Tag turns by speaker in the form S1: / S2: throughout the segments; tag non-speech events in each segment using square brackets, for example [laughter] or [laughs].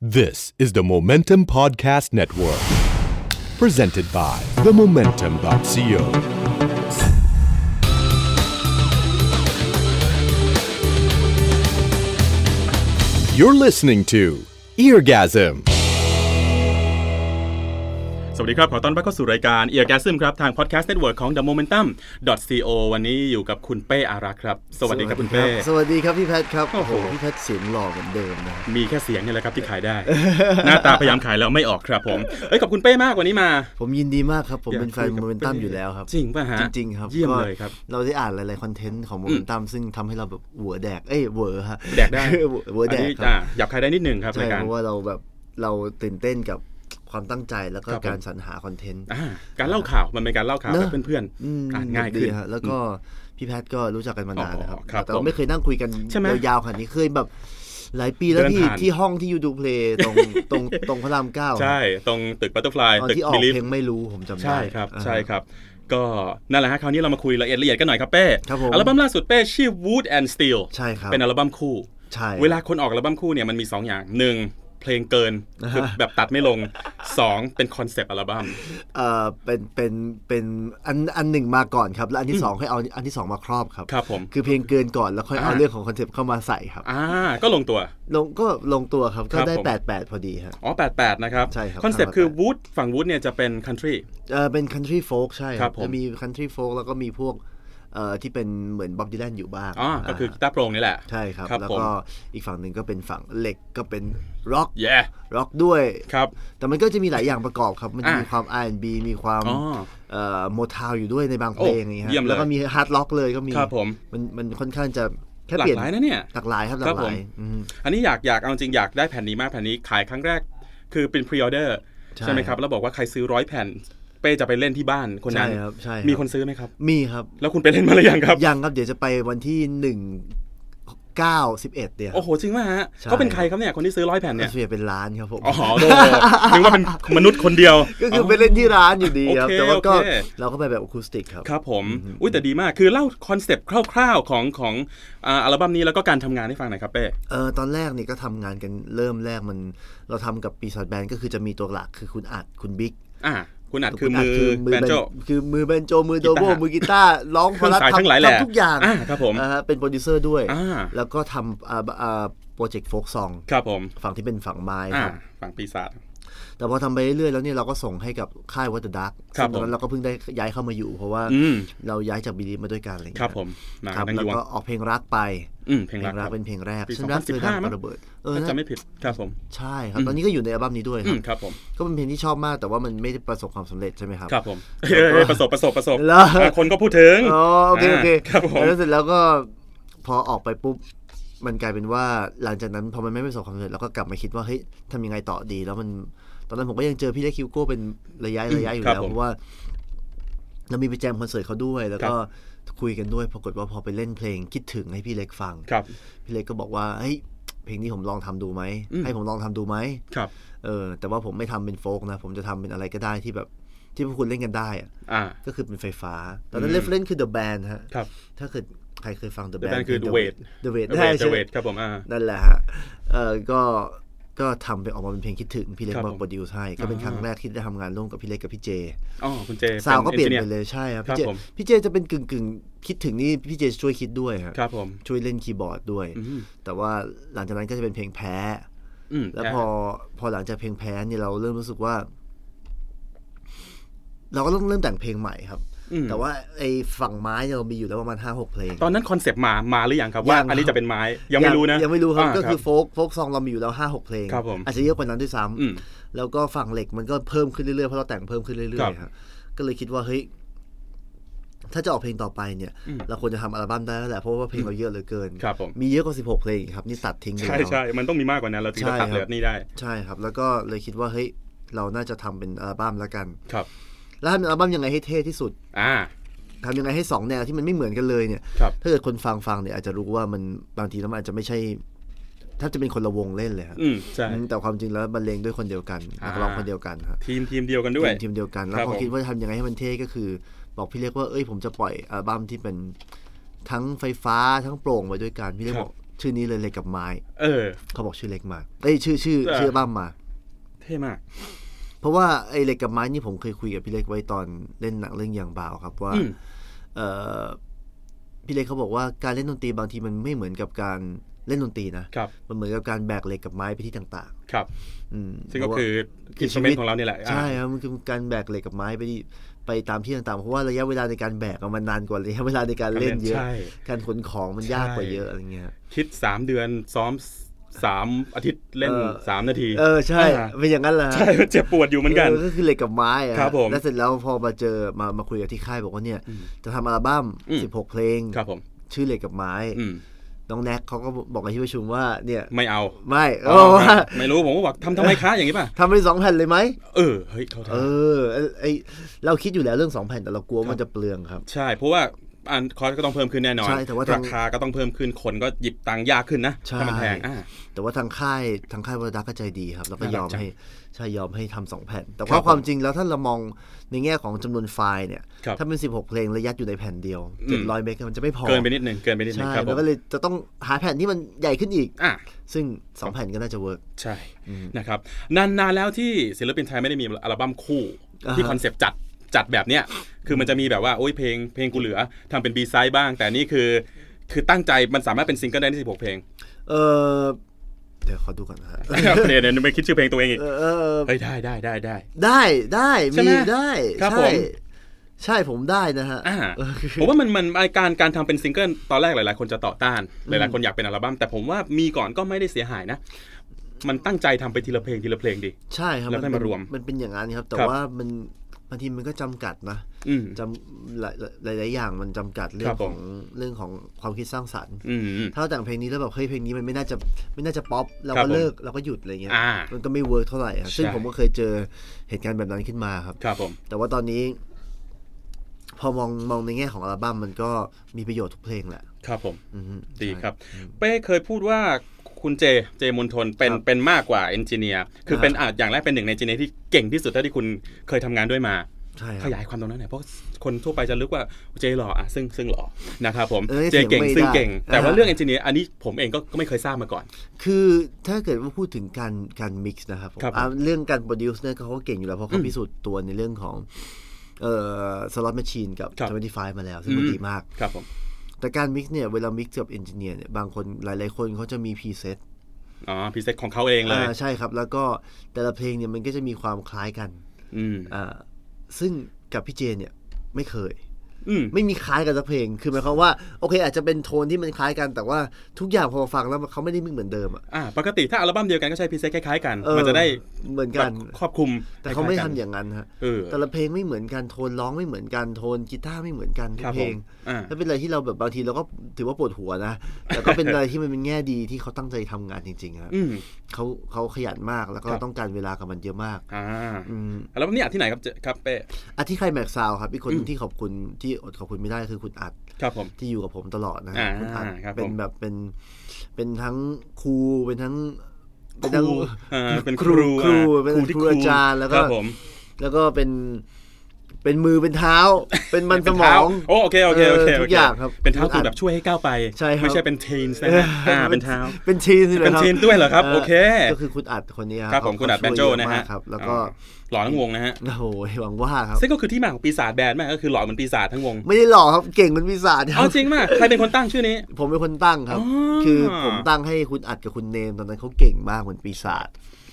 S1: This is the Momentum Podcast Network, presented by themomentum.co. You're listening to Eargasm.
S2: สวัสดีครับ ขอต้อนรับเข้าสู่รายการเอียร์แกซึมครับ ทางพอดแคสต์เน็ตเวิร์กของ The Momentum co วันนี้อยู่กับคุณเป้อารักษ์ครับ สวัสดีครับคุณเป้
S3: สวัสดีครับพี่แพทย์ครับ
S2: โอ้โห
S3: พี่แพทย์เสียงหล่อเหมือนเดิมนะ
S2: มีแค่เสียงนี่แหละครับที่ขายได้ [laughs] หน้าตาพยายามขายแล้วไม่ออกครับ
S3: [laughs]
S2: ผมเอ้ยขอบคุณเป้มากวันนี้มา
S3: ผมยินดีมากครับ ผม
S2: อยาก
S3: เป็นแฟน
S2: คุยกับ
S3: โมเมนตัม
S2: พี่
S3: อยู่แล้วครับ
S2: จริงป่ะฮะ
S3: จริงๆครับ
S2: เยี่ยมเลยครับ
S3: ก็เราได้อ่านหลายๆคอนเทนต์ของโมเมนตัมซึ่งทำให้เราแบบหัวแดกเอ้ยเวอร์ฮะ
S2: แดกได้
S3: เวอร์แด
S2: อัน
S3: ก
S2: นี้
S3: ค
S2: อ่า
S3: รับ
S2: หยับขายได้นิดหนึ่งครับ
S3: ใช่
S2: รายการ
S3: เพราะว่าเราแบบเราตื่นเต้นกับความตั้งใจแล้วก็
S2: ครับผม
S3: การสรรหาคอนเทนต์
S2: อ่าการเล่าข่าวมันเป็นการเล่าข่าว
S3: เน
S2: แบ
S3: อะ
S2: บเพื่อน
S3: อืม
S2: ๆอ่านง่ายขึ้น
S3: ดีฮะแล้วก็พี่แพทย์ก็รู้จักกันมานานนะครับ
S2: อ๋อครับ
S3: แต่ว่าไม่เคยนั่งคุยกัน
S2: ใช่ไหม
S3: ยาวๆขนาดนี้เคยแบบ หลายปีแล้ว
S2: เดิน
S3: ที่
S2: ผ่าน
S3: ที่ห้องที่ยูดูเพลย์ตรง [laughs] ตรงตรงพระรามเก้า
S2: ใช่ ตรงตึกบัตเตอร์ฟลาย
S3: ตอน
S2: ตึก
S3: ที่ออก
S2: บิลิฟ
S3: เพลงไม่รู้ผมจำได้
S2: ใช่ครับ
S3: อ่า
S2: ใช่ครับ ก็นั่นแหละฮะคราวนี้เรามาคุยละเอียดละเอียดกันหน่อยครับเป้
S3: ครับผม
S2: อัลบั้มล่าสุดเป้ชื่อ Wood and Steel
S3: ใช่ครับ
S2: เป็นอัลบั้มคู่
S3: ใช่
S2: เวลาคนออกอัลบั้มคู่เนี่ยมันมี 2 อย่าง 1 เพลงเกิ
S3: [laughs]
S2: นคือแบบตัดไม่ลง 2 เป็นคอนเซปต์อัลบั้ม
S3: เออเป็นเป็นเป็นอันอันหนึ่งมาก่อนครับ แล้วอันที่สองให้เอาอันที่สองมาครอบครับ
S2: ครับผม
S3: คือเพลงเกินก่อนแล้วค่อยเอา
S2: อ่า
S3: เรื่องของคอนเซปต์เข้ามาใส่ครับ
S2: อ่าก็ลงตัว
S3: ลงก็ลงตัวครับก็
S2: ครับ
S3: ได้
S2: ผม
S3: แปดแปดพอดีฮะ
S2: อ๋อ 88 นะครับ
S3: ใช่ครับ
S2: คอนเซปต์คือ
S3: 88
S2: วูดฝั่งวูดเนี่ยจะเป็นคันทรี
S3: เออเป็น country folk ใช่
S2: ครับผม
S3: จะมี country folk แล้วก็มีพวกเอ่อที่เป็นเหมือนบ๊อบดีแลนอยู่บ้าง
S2: อ๋อ ก็คือกีตาร์โปร่งนี่แหละ
S3: ใช่ครับ
S2: ครับ
S3: แล้ว
S2: ผม
S3: ก็อีกฝั่งหนึ่งก็เป็นฝั่งเหล็กก็เป็นร็อก
S2: แย่
S3: ร็อกด้วย
S2: ครับ
S3: แต่มันก็จะมีหลายอย่างประกอบครับ มันจะมีความ R&B มีความ
S2: อ๋อ
S3: โมทาวอยู่ด้วยในบางเพลง
S2: โอ้
S3: นี่ฮะ
S2: เยี่ยมเลย
S3: แล้วก็มีฮาร์ดล็อกเลยก็มี
S2: ครับผม
S3: นมันค่อนข้างจะแค่
S2: หลา
S3: เปลี่
S2: ก
S3: ยน
S2: หลายนะเนี่ย
S3: หลากหลายครับห
S2: ครับ
S3: ลาก
S2: ผ
S3: ห
S2: ม
S3: ลายอืม
S2: อันนี้อยากอยากเอาจริงอยากได้แผ่นนี้มากแผ่นนี้ขายครั้งแรก คือเป็นพรีออเดอร์
S3: ใช่
S2: ใช่ไหมครับ แล้วบอกว่าใครซื้อร้อยแผ่น เป้จะไปเล่นที่บ้านคนนั้น
S3: ใช่ครับใช่ครับ
S2: มีคนซื้อไหมครับ
S3: มีครับ
S2: แล้วคุณไปเล่นมาหรือยังครับ
S3: ยังครับเดี๋ยวจะไปวันที่หนึ่งเก้าสิบเอ็ดเนี่ย
S2: โอ้โหจริงป่ะฮะ
S3: ใช่
S2: เขาเป็นใครครับเนี่ยคนที่ซื้อร้อยแผ่น
S3: ก็
S2: เนี่ย
S3: ส่วนใหญ่เป็นร้านครับผม
S2: อ๋อโดนึกว่าเป็นมนุษย์คนเดียว
S3: ก็คือไปเล่นที่ร้านอยู่ดีครับ
S2: โอเค
S3: แต่ว่าก็
S2: โอเค
S3: เราก็ไปแบบอะคูสติกครับ
S2: ครับผม อุ้ยแต่ดีมาก คือเล่าคอนเซปต์คร่าวๆของของอ่าอัลบั้มนี้แล้วก็การทำงานให้ฟังหน่อยครับเป้
S3: เออตอนแรกนี่ก็ทำงานกันเริ่มแรกมันเราทำกับปีศาจแบนด์ก็คือจะมีตัวหลักคือคุณอัดคุณบิ๊ก
S2: อ่า คุณอัดคือมือ
S3: มื
S2: แบนโจ
S3: คือมือแบนโจ มือโดโบ
S2: กีตาร์
S3: มือกีตาร์ร้อง
S2: เครื่องสาย
S3: พ
S2: ทั้งหลายแหละ
S3: ทำทุกอย่าง
S2: อ่าครับผม
S3: อ่าฮะเป็นโปรดิวเซอร์ด้วย
S2: อ่า
S3: แล้วก็ทำอ่าอ่าโปรเจกต์โฟกซอง
S2: ครับผม
S3: ฝั่งที่เป็นฝั่งไม้
S2: อ่า
S3: ครับ
S2: ฝั่งปีศาจ
S3: แต่พอทำไปเรื่อยๆแล้วเนี่ยเราก็ส่งให้กับค่ายวอเตอร์ดัก
S2: ครับ
S3: ตอน
S2: ผ
S3: นั้
S2: ม
S3: นเราก็เพิ่งได้ย้ายเข้ามาอยู่ เพราะว่า
S2: อืม
S3: เราย้ายจากบีดีมาด้วยกันอะไรอย่าง
S2: ครั
S3: เงี้
S2: บ
S3: ย
S2: ผมมา
S3: ครับ
S2: ดัง
S3: แล้ว
S2: ยวง
S3: ก็ออกเพลงรักไป
S2: อืมเพลงรักครับ
S3: เป็นเพลงแรก
S2: ปี
S3: ฉันรักเธอ
S2: 2015
S3: ดัง
S2: มั้ง
S3: กว่าระเบิดเออ
S2: ถ้า
S3: นะ
S2: จะไม่ผิดครับผม
S3: ใช่ครับตอนนี้ก็อยู่ในอัลบั้มนี้ด้วยค
S2: อื
S3: รั
S2: ม
S3: บ
S2: ครับผม
S3: ก็เป็นเพลงที่ชอบมากแต่ว่ามันไม่ได้ประสบความสำเร็จใช่ไหมครับ
S2: ครับผมเอ้ยเอ้ยเอ้ยประสบประสบประสบ
S3: แล้ว
S2: อ่าคนก็พูดถึง
S3: อ๋อโอเคโอเค
S2: าครับผม
S3: แล้วเสร็จแล้วก็พอออกไปปุ๊บ มันกลายเป็นว่าหลังจากนั้นพอมันไม่ประสบความสำเร็จเราก็กลับมาคิดว่าเฮ้ยทำยังไงต่อดี แล้วมันตอนนั้นผมก็ยังเจอพี่เล็กคิวโก้เป็นระยะระยะอยู่
S2: ครับ
S3: แล้ว
S2: ผม
S3: เพราะว่า เรามีไปแจมคอนเสิร์ตเขาด้วย แล้วก็คุยกันด้วยปรากฏว่าพอไปเล่นเพลงคิดถึงให้พี่เล็กฟัง
S2: ครับ
S3: พี่เล็กก็บอกว่าเฮ้ยเพลงนี้ผมลองทำดูไหม
S2: อืม
S3: ให้ผมลองทำดูไหม
S2: ครับ
S3: เออแต่ว่าผมไม่ทำเป็นโฟกนะ ผมจะทำเป็นอะไรก็ได้ที่แบบที่พวกคุณเล่นกันได้อะ
S2: อ่า
S3: ก็คือเป็นไฟฟ้า ตอนนั้นเล่นเล่นคือ The Band ฮะ
S2: ครับ
S3: ถ้าเกิดใครเคยฟัง The
S2: The
S3: Band
S2: Band คือ The Weight
S3: The Weight
S2: เว
S3: ได้
S2: ท
S3: ใช่
S2: เวทครับผมอ่า
S3: นั่นแหละฮะ เออก็ก็ทำไปออกมาเป็นเพลงคิดถึง พี่เล็ก
S2: ครับ
S3: มา
S2: ผม
S3: โปรดิวซ์ให้ ก็เป็น
S2: อ่า
S3: ครั้งแรกที่ได้ทำงานร่วมกับพี่เล็กกับพี่เจ
S2: อ๋อคุณเจ
S3: สาวก็
S2: ป็
S3: เปลี่ยน
S2: engineer
S3: ไปเลยใช่ครับ
S2: ครั
S3: พี่
S2: บ
S3: เจ
S2: ผม
S3: พี่เจจะเป็นกึ่งกึ่งๆคิดถึงนี่พี่เจช่วยคิดด้วยฮะ
S2: ครับผม
S3: ช่วยเล่นคีย์บอร์ดด้วย
S2: อืม
S3: แต่ว่าหลังจากนั้นก็จะเป็นเพลงแพ้
S2: อืม
S3: แล้วพอพอหลังจากเพลงแพ้เนี่ยเราเริ่มรู้สึกว่า เราก็ต้องเริ่มแต่งเพลงใหม่ครับ
S2: อืม
S3: แต่ว่าไอ้ฝั่งไม้เนี่ยเรามีอยู่แล้วประมาณห้าหกเพลง
S2: ตอนนั้นคอนเซปต์มา มาหรือยังครับว่า
S3: ยังครับ
S2: อันนี้จะเป็นไม้ ยังไม่รู้นะ
S3: ยังไม่รู้ครับ
S2: า
S3: ก็คือโฟกโฟกซองเรามีอยู่แล้วห้าหกเพลง
S2: ครับผม
S3: อาจจะเยอะกว่านั้นด้วยซ้ำ
S2: อืม
S3: แล้วก็ฝั่งเหล็กมันก็เพิ่มขึ้นเรื่อยๆเพราะเราแต่งเพิ่มขึ้นเรื่อย
S2: ครับ
S3: ๆครับก็เลยคิดว่าเฮ้ยถ้าจะออกเพลงต่อไปเนี่ย เราควรจะทำอัลบั้มได้แล้วแหละเพราะว่าเพลงเราเยอะเหลือเกิน
S2: ครับผม
S3: เยอะกว่าสิบหกเพลงอีกครับนี่ตัดทิ้งไป
S2: ใช่
S3: แล้ว
S2: ใช่ มันต้องมีมากกว่านั้น เราถึงจะ
S3: ใช่
S2: ตัด
S3: ครับ
S2: เหลือนี่ได้
S3: ใช่ครับ แล้วก็เลยคิดว่าเฮ้ยเราน่าจะทำเป็นอัลบั้มแล้วกัน
S2: ครับ
S3: แล้วทำอัลบั้มยังไงให้เท่ที่สุด
S2: อ่า
S3: ทำยังไงให้สองแนวที่มันไม่เหมือนกันเลยเนี่ย
S2: ครับ
S3: ถ้าเกิดคนฟังฟังเนี่ยอาจจะรู้ว่ามันบางทีแล้วมันอาจจะไม่ใช่แทบจะเป็นคนละวงเล่นเลยครับ
S2: อืมใช่
S3: อืมแต่ความจริงแล้วบรรเลงด้วยคนเดียวกันนักร้องคนเดียวกันฮะ
S2: ทีมทีมเดียวกันด้วย
S3: ทีมเดียวกัน แล้ว
S2: ครับ
S3: พอ
S2: ผม
S3: คิดว่าทำยังไงให้มันเท่ก็คือ บอกพี่เล็กว่าเอ้ยผมจะปล่อยอัลบั้มที่เป็นทั้งไฟฟ้าทั้งโปร่งไปด้วยกันพี่เล็ก
S2: ครับ
S3: บอก ชื่อนี้เลยเล็กกับไม้
S2: เออ
S3: เขาบอกชื่อเล็กมาเอ้ยชื่อชื่อ
S2: เออ
S3: ชื่อบ้ามมา
S2: เท่มาก
S3: เพราะว่าไอ้เหล็กกับไม้นี่ผมเคยคุยกับพี่เล็กไว้ตอนเล่นหนังเรื่องยางบ่าวครับว่า
S2: อืม
S3: เออพี่เล็กเขาบอกว่าการเล่นดนตรีบางทีมันไม่เหมือนกับการเล่นดนตรีนะครับ มันเหมือนกับการแบกเหล็กกับไม้ไปที่ต่าง
S2: ครับ
S3: ๆ อืม
S2: ซึ่งก็คือ
S3: พ
S2: อินสต
S3: ราะว่า
S2: u เมนต์ของเราเนี่ยแหละอ่า
S3: ใช่ครับมันคือการแบกเหล็กกับไม้ไปที่ไปตามที่ต่างๆเพราะว่าระยะเวลาในการแบกอะมันนานกว่าระยะเวลาในการเล่นเยอะ
S2: ใช่
S3: การขนของมันยากกว่า
S2: ใช่
S3: เยอะอะไรเงี้ย
S2: คิด 3 เดือนซ้อม 3 อาทิตย์เล่น
S3: เออ
S2: 3 นาที
S3: เออใช่
S2: อ่า
S3: เป็นอย่างนั้นแหละ
S2: ใช่เจ็บปวดอยู่เหมือนกัน
S3: เออก็คือเหล็กกับไม้อะ
S2: ครับผม
S3: แล้วเสร็จแล้วพอมาเจอมามาคุยกับที่ค่ายบอกว่าเนี่ย จะทำอัลบั้ม
S2: อืม
S3: 16 เพลง
S2: ครับผม
S3: ชื่อเหล็กกับไม้
S2: อืม
S3: น้องแน็กเขาก็บอกกับที่ประชุมว่าเนี่ย
S2: ไม่เอา
S3: ไม่เขาบอกว่า
S2: ไม่รู้ผมก็บอกทำทำไมคะอย่างนี้ป่ะ
S3: ทำเป็นสองแผ่นเลยไหม
S2: เออ เฮ้ยเขาท
S3: เออไอ้ไอเราคิดอยู่แล้วเรื่องสองแผ่นแต่เรากลัวมันจะเปลืองครับ
S2: ำใช่ เพราะว่าอันคอร์สก็ต้องเพิ่มขึ้นแน่นอน
S3: ใช่แต่ว่าทาง
S2: ราคาก็ต้องเพิ่มขึ้นคนก็หยิบตังค์ยากขึ้นนะ
S3: ใช่
S2: ถ้ามันแพงอ่า
S3: แต่ว่าทางค่ายทางค่ายวรดักก็ใจดีครับ แล้วก็ยอม
S2: น่ารักจัง
S3: ให้ใช่ยอมให้ทำสองแผ่น แต่
S2: ครั
S3: ว่า
S2: บผม
S3: ความจริงแล้วถ้าเรามองในแง่ของจำนวนไฟล์เนี่ย
S2: ครับ
S3: ถ้าเป็น 16 เพลงระยัดอยู่ในแผ่นเดียว
S2: อืม
S3: เจ็ดร้อยเมกะมันจะไม่พอ
S2: เกินไปนิดหนึ่งเกินไปนิดหนึ่ง
S3: ใช่
S2: ครับผ
S3: แล้
S2: ม
S3: วก็เลยจะต้องหาแผ่นที่มันใหญ่ขึ้นอีก
S2: อ่ะ
S3: ซึ่งสองแผ่นก็น่าจะเวิร์ก
S2: ใช่ นะครับ นานนานแล้วที่ศิลปินไทยไม่ได้มีอัลบั้มคู่
S3: อ่าฮะ
S2: ที่คอนเซปต์จัดจัดแบบเนี้ย คือมันจะมีแบบว่า โอ้ยเพลงเพลงกูเหลือทำเป็นบีไซด์บ้าง แต่นี่คือ คือตั้งใจมันสามารถเป็นซิงเกิลได้ที่16 เพ
S3: [laughs]
S2: ลง
S3: เออเดี๋ยวขอดูก่อนนะ
S2: [laughs]
S3: ฮะ
S2: เดี๋ยวเดี๋ยวไปคิดชื่อเพลงตัวเองอีก
S3: เออเออ
S2: เฮ้ย ได้ได้ได้ได้
S3: ได้ได้
S2: ใช่
S3: มี
S2: ไหม
S3: ได้
S2: ครับ
S3: ใช่
S2: ผม
S3: ใช่ผมได้นะฮะ
S2: อ่า
S3: เออ
S2: ผมว่ามันมันไอ้การการทำเป็นซิงเกิลตอนแรกหลาย ๆ คนจะต่อต้านหลายๆคนอยากเป็นอัลบั้มแต่ผมว่ามีก่อนก็ไม่ได้เสียหายนะ มันตั้งใจทำไปทีละเพลงทีละเพลงดิ
S3: ใช่ครับ
S2: แล้วค่อย
S3: เป็น
S2: มารวม
S3: มันเป็นอย่างนั้นครับ แต่
S2: ครับ
S3: ว่ามันบางทีมันก็จำกัดนะ
S2: อืม
S3: จำหลายหลายหลายอย่างมันจำกัดเรื่อ
S2: ครับผ
S3: งขอ
S2: ม
S3: งเรื่องของความคิดสร้างสรรค์
S2: อืมอืม
S3: ถ้าเราแต่งเพลงนี้แล้วแบบเฮ้ยเพลงนี้มันไม่น่าจะไม่น่าจะป๊อปเรา
S2: ครั
S3: ก็
S2: บผม
S3: เลิกเราก็หยุดอะไรเงี้ย
S2: อ่า
S3: มันก็ไม่เวิร์กเท่าไหร่ครับซึ่ง
S2: ใช่
S3: ผมก็เคยเจอเหตุการณ์แบบนั้นขึ้นมาครับ
S2: ครับผม
S3: แต่ว่าตอนนี้ พอมองมองในแง่ของอัลบั้มมันก็มีประโยชน์ทุกเพลงแหละ
S2: ครับผม
S3: อือฮึ
S2: ดีครับ
S3: ใช่
S2: เป้เคยพูดว่าคุณเจเจมนทนเป็น
S3: ครับ
S2: เป็นมากกว่าเอนจิเนียร์คือ
S3: ครับ
S2: เป็นอาจอย่างแรกเป็นหนึ่งในเอนจิเนียร์ที่เก่งที่สุดเท่าที่คุณเคยทำงานด้วยมา
S3: ใช่ค
S2: ข
S3: รับ
S2: ยายความตรงนั้นหน่อยเพราะคนทั่วไปจะลึกว่าเจหล่ออ่ะซึ่งซึ่งหล่อนะครับผม
S3: เอ้ย
S2: เจเก่ง
S3: เถียงไม่
S2: ซึ่ง
S3: ได้
S2: เก่ง แต่ว่า
S3: อ่า
S2: เรื่องเอนจิเนียร์อันนี้ผมเองก็ก็ไม่เคยทราบมาก่อน
S3: คือถ้าเกิดว่าพูดถึงการการมิกซ์นะครับผม
S2: ครับผม
S3: อ่ะเรื่องการโปรดิวซ์เนี่ยเขาก็เก่งอยู่แล้วเพราะเขาพิสูจน์ตัวในเรื่องของเอ่อสล็อตแมชชีนกับ
S2: ครับ
S3: ทเวนตี้ไฟมาแล้ว ซึ่งมันดีมาก
S2: ครับผม
S3: แต่การมิกซ์เนี่ย เวลามิกซ์กับเอนจิเนียร์เนี่ย บางคนหลาย ๆ คนเขาจะมีพรีเซต
S2: อ๋อพรีเซตของเขาเองเลย
S3: อ่าใช่ครับ แล้วก็แต่ละเพลงเนี่ยมันก็จะมีความคล้ายกัน
S2: อืม
S3: อ่าซึ่งกับพี่เจเนี่ยไม่เคย
S2: อืม
S3: ไม่มีคล้ายกันสักเพลง คือหมายความว่าโอเค อาจจะเป็นโทนที่มันคล้ายกันแต่ว่าทุกอย่างพอฟังแล้วเขาไม่ได้มิกเหมือนเดิมอ่ะ
S2: อ่าปกติถ้าอัลบั้มเดียวกันก็ใช้พรีเซตคล้ายๆกัน
S3: เออ
S2: มันจะได้
S3: เหมือนกัน
S2: แบบครอบคลุม
S3: แต่เขาไม่
S2: คล้ๆ
S3: ทำ
S2: กัน
S3: อย่างนั้นฮะ
S2: เออ
S3: แต่ละเพลงไม่เหมือนกันโทนร้องไม่เหมือนกันโทนกีตาร์ไม่เหมือนกันทุ
S2: ค
S3: ก
S2: รับ
S3: เพ
S2: ผ
S3: ล
S2: ม
S3: ง
S2: อ่า
S3: แล้วเป็นอะไรที่เราแบบบางทีเราก็ถือว่าปวดหัวนะแต่ก็เป็น อะไรที่มันเป็นแง่ดีที่เขาตั้งใจทำงานจริงๆครับ
S2: อืม
S3: เขาเขาขยันมากแล้วก็
S2: ครับ
S3: ต้องการเวลากับมันเยอะมาก
S2: อ่า
S3: อืม
S2: อัลบั้มนี้อัดที่ไหนครับเจครับเป้
S3: อ่ะที่ใครแม็กซาวครับอีกคนหนึ่งที่ขอบคุณที่อดขอบคุณไม่ได้คือคุณอัด
S2: ครับผม
S3: ที่อยู่กับผมตลอดนะ
S2: อ่า
S3: คุณอัด
S2: ครับผม
S3: เป็นแบบเป็นเป็นทั้งครูเป็นทั้ง
S2: ค
S3: เป็น
S2: รู
S3: ทั้ง
S2: อ่าเป็น
S3: ค
S2: ค
S3: รู
S2: รู
S3: ครู
S2: อ่า
S3: เป็น
S2: ที่
S3: ครูอาจารย์แล้วก็
S2: คบผม
S3: แล้วก็เป็นเป็นมือเป็นเท้า เป็นมันสมอง
S2: โอ้โอเคโอเคโอเค
S3: เออทุกอย่างครับ
S2: เป็นเท้า
S3: คุ
S2: คุณ ณ
S3: อัด
S2: แบบช่วยให้ก้าวไป
S3: ใช่ครับ
S2: ไม่ใช่เป็นทีนส์นะฮะอ่าเป็นเท้า
S3: เป็นทีนสิ
S2: เป็นทีนด้วยเหรอครับโอเค
S3: ก็คือคุณอัดคนนี้
S2: ครับผม
S3: เขา
S2: คุณอัดแบ
S3: เขา
S2: นโจ
S3: ช่วยเยอ
S2: นะฮะ
S3: มากครับ แล้วก็
S2: อ๋อหล่อทั้งวงนะฮะ
S3: โอ้โหหวังว่าครับ
S2: ซึ่งก็คือที่มาของปีศาจแบนด์แม่ก็คือหล่อเหมือนปีศาจทั้งวง
S3: ไม่ได้หล่อกครับเก่งเป็นวิสาจค
S2: เอา
S3: รับ
S2: จริงมากใครเป็นคนตั้งชื่อนี้
S3: ผมเป็นคนตั้งครับ
S2: อ๋อ
S3: คือผมตั้งให้คุณอัดกับคุณเนมตอนนั้นเขาเก่งมากเหมือนปีศาจ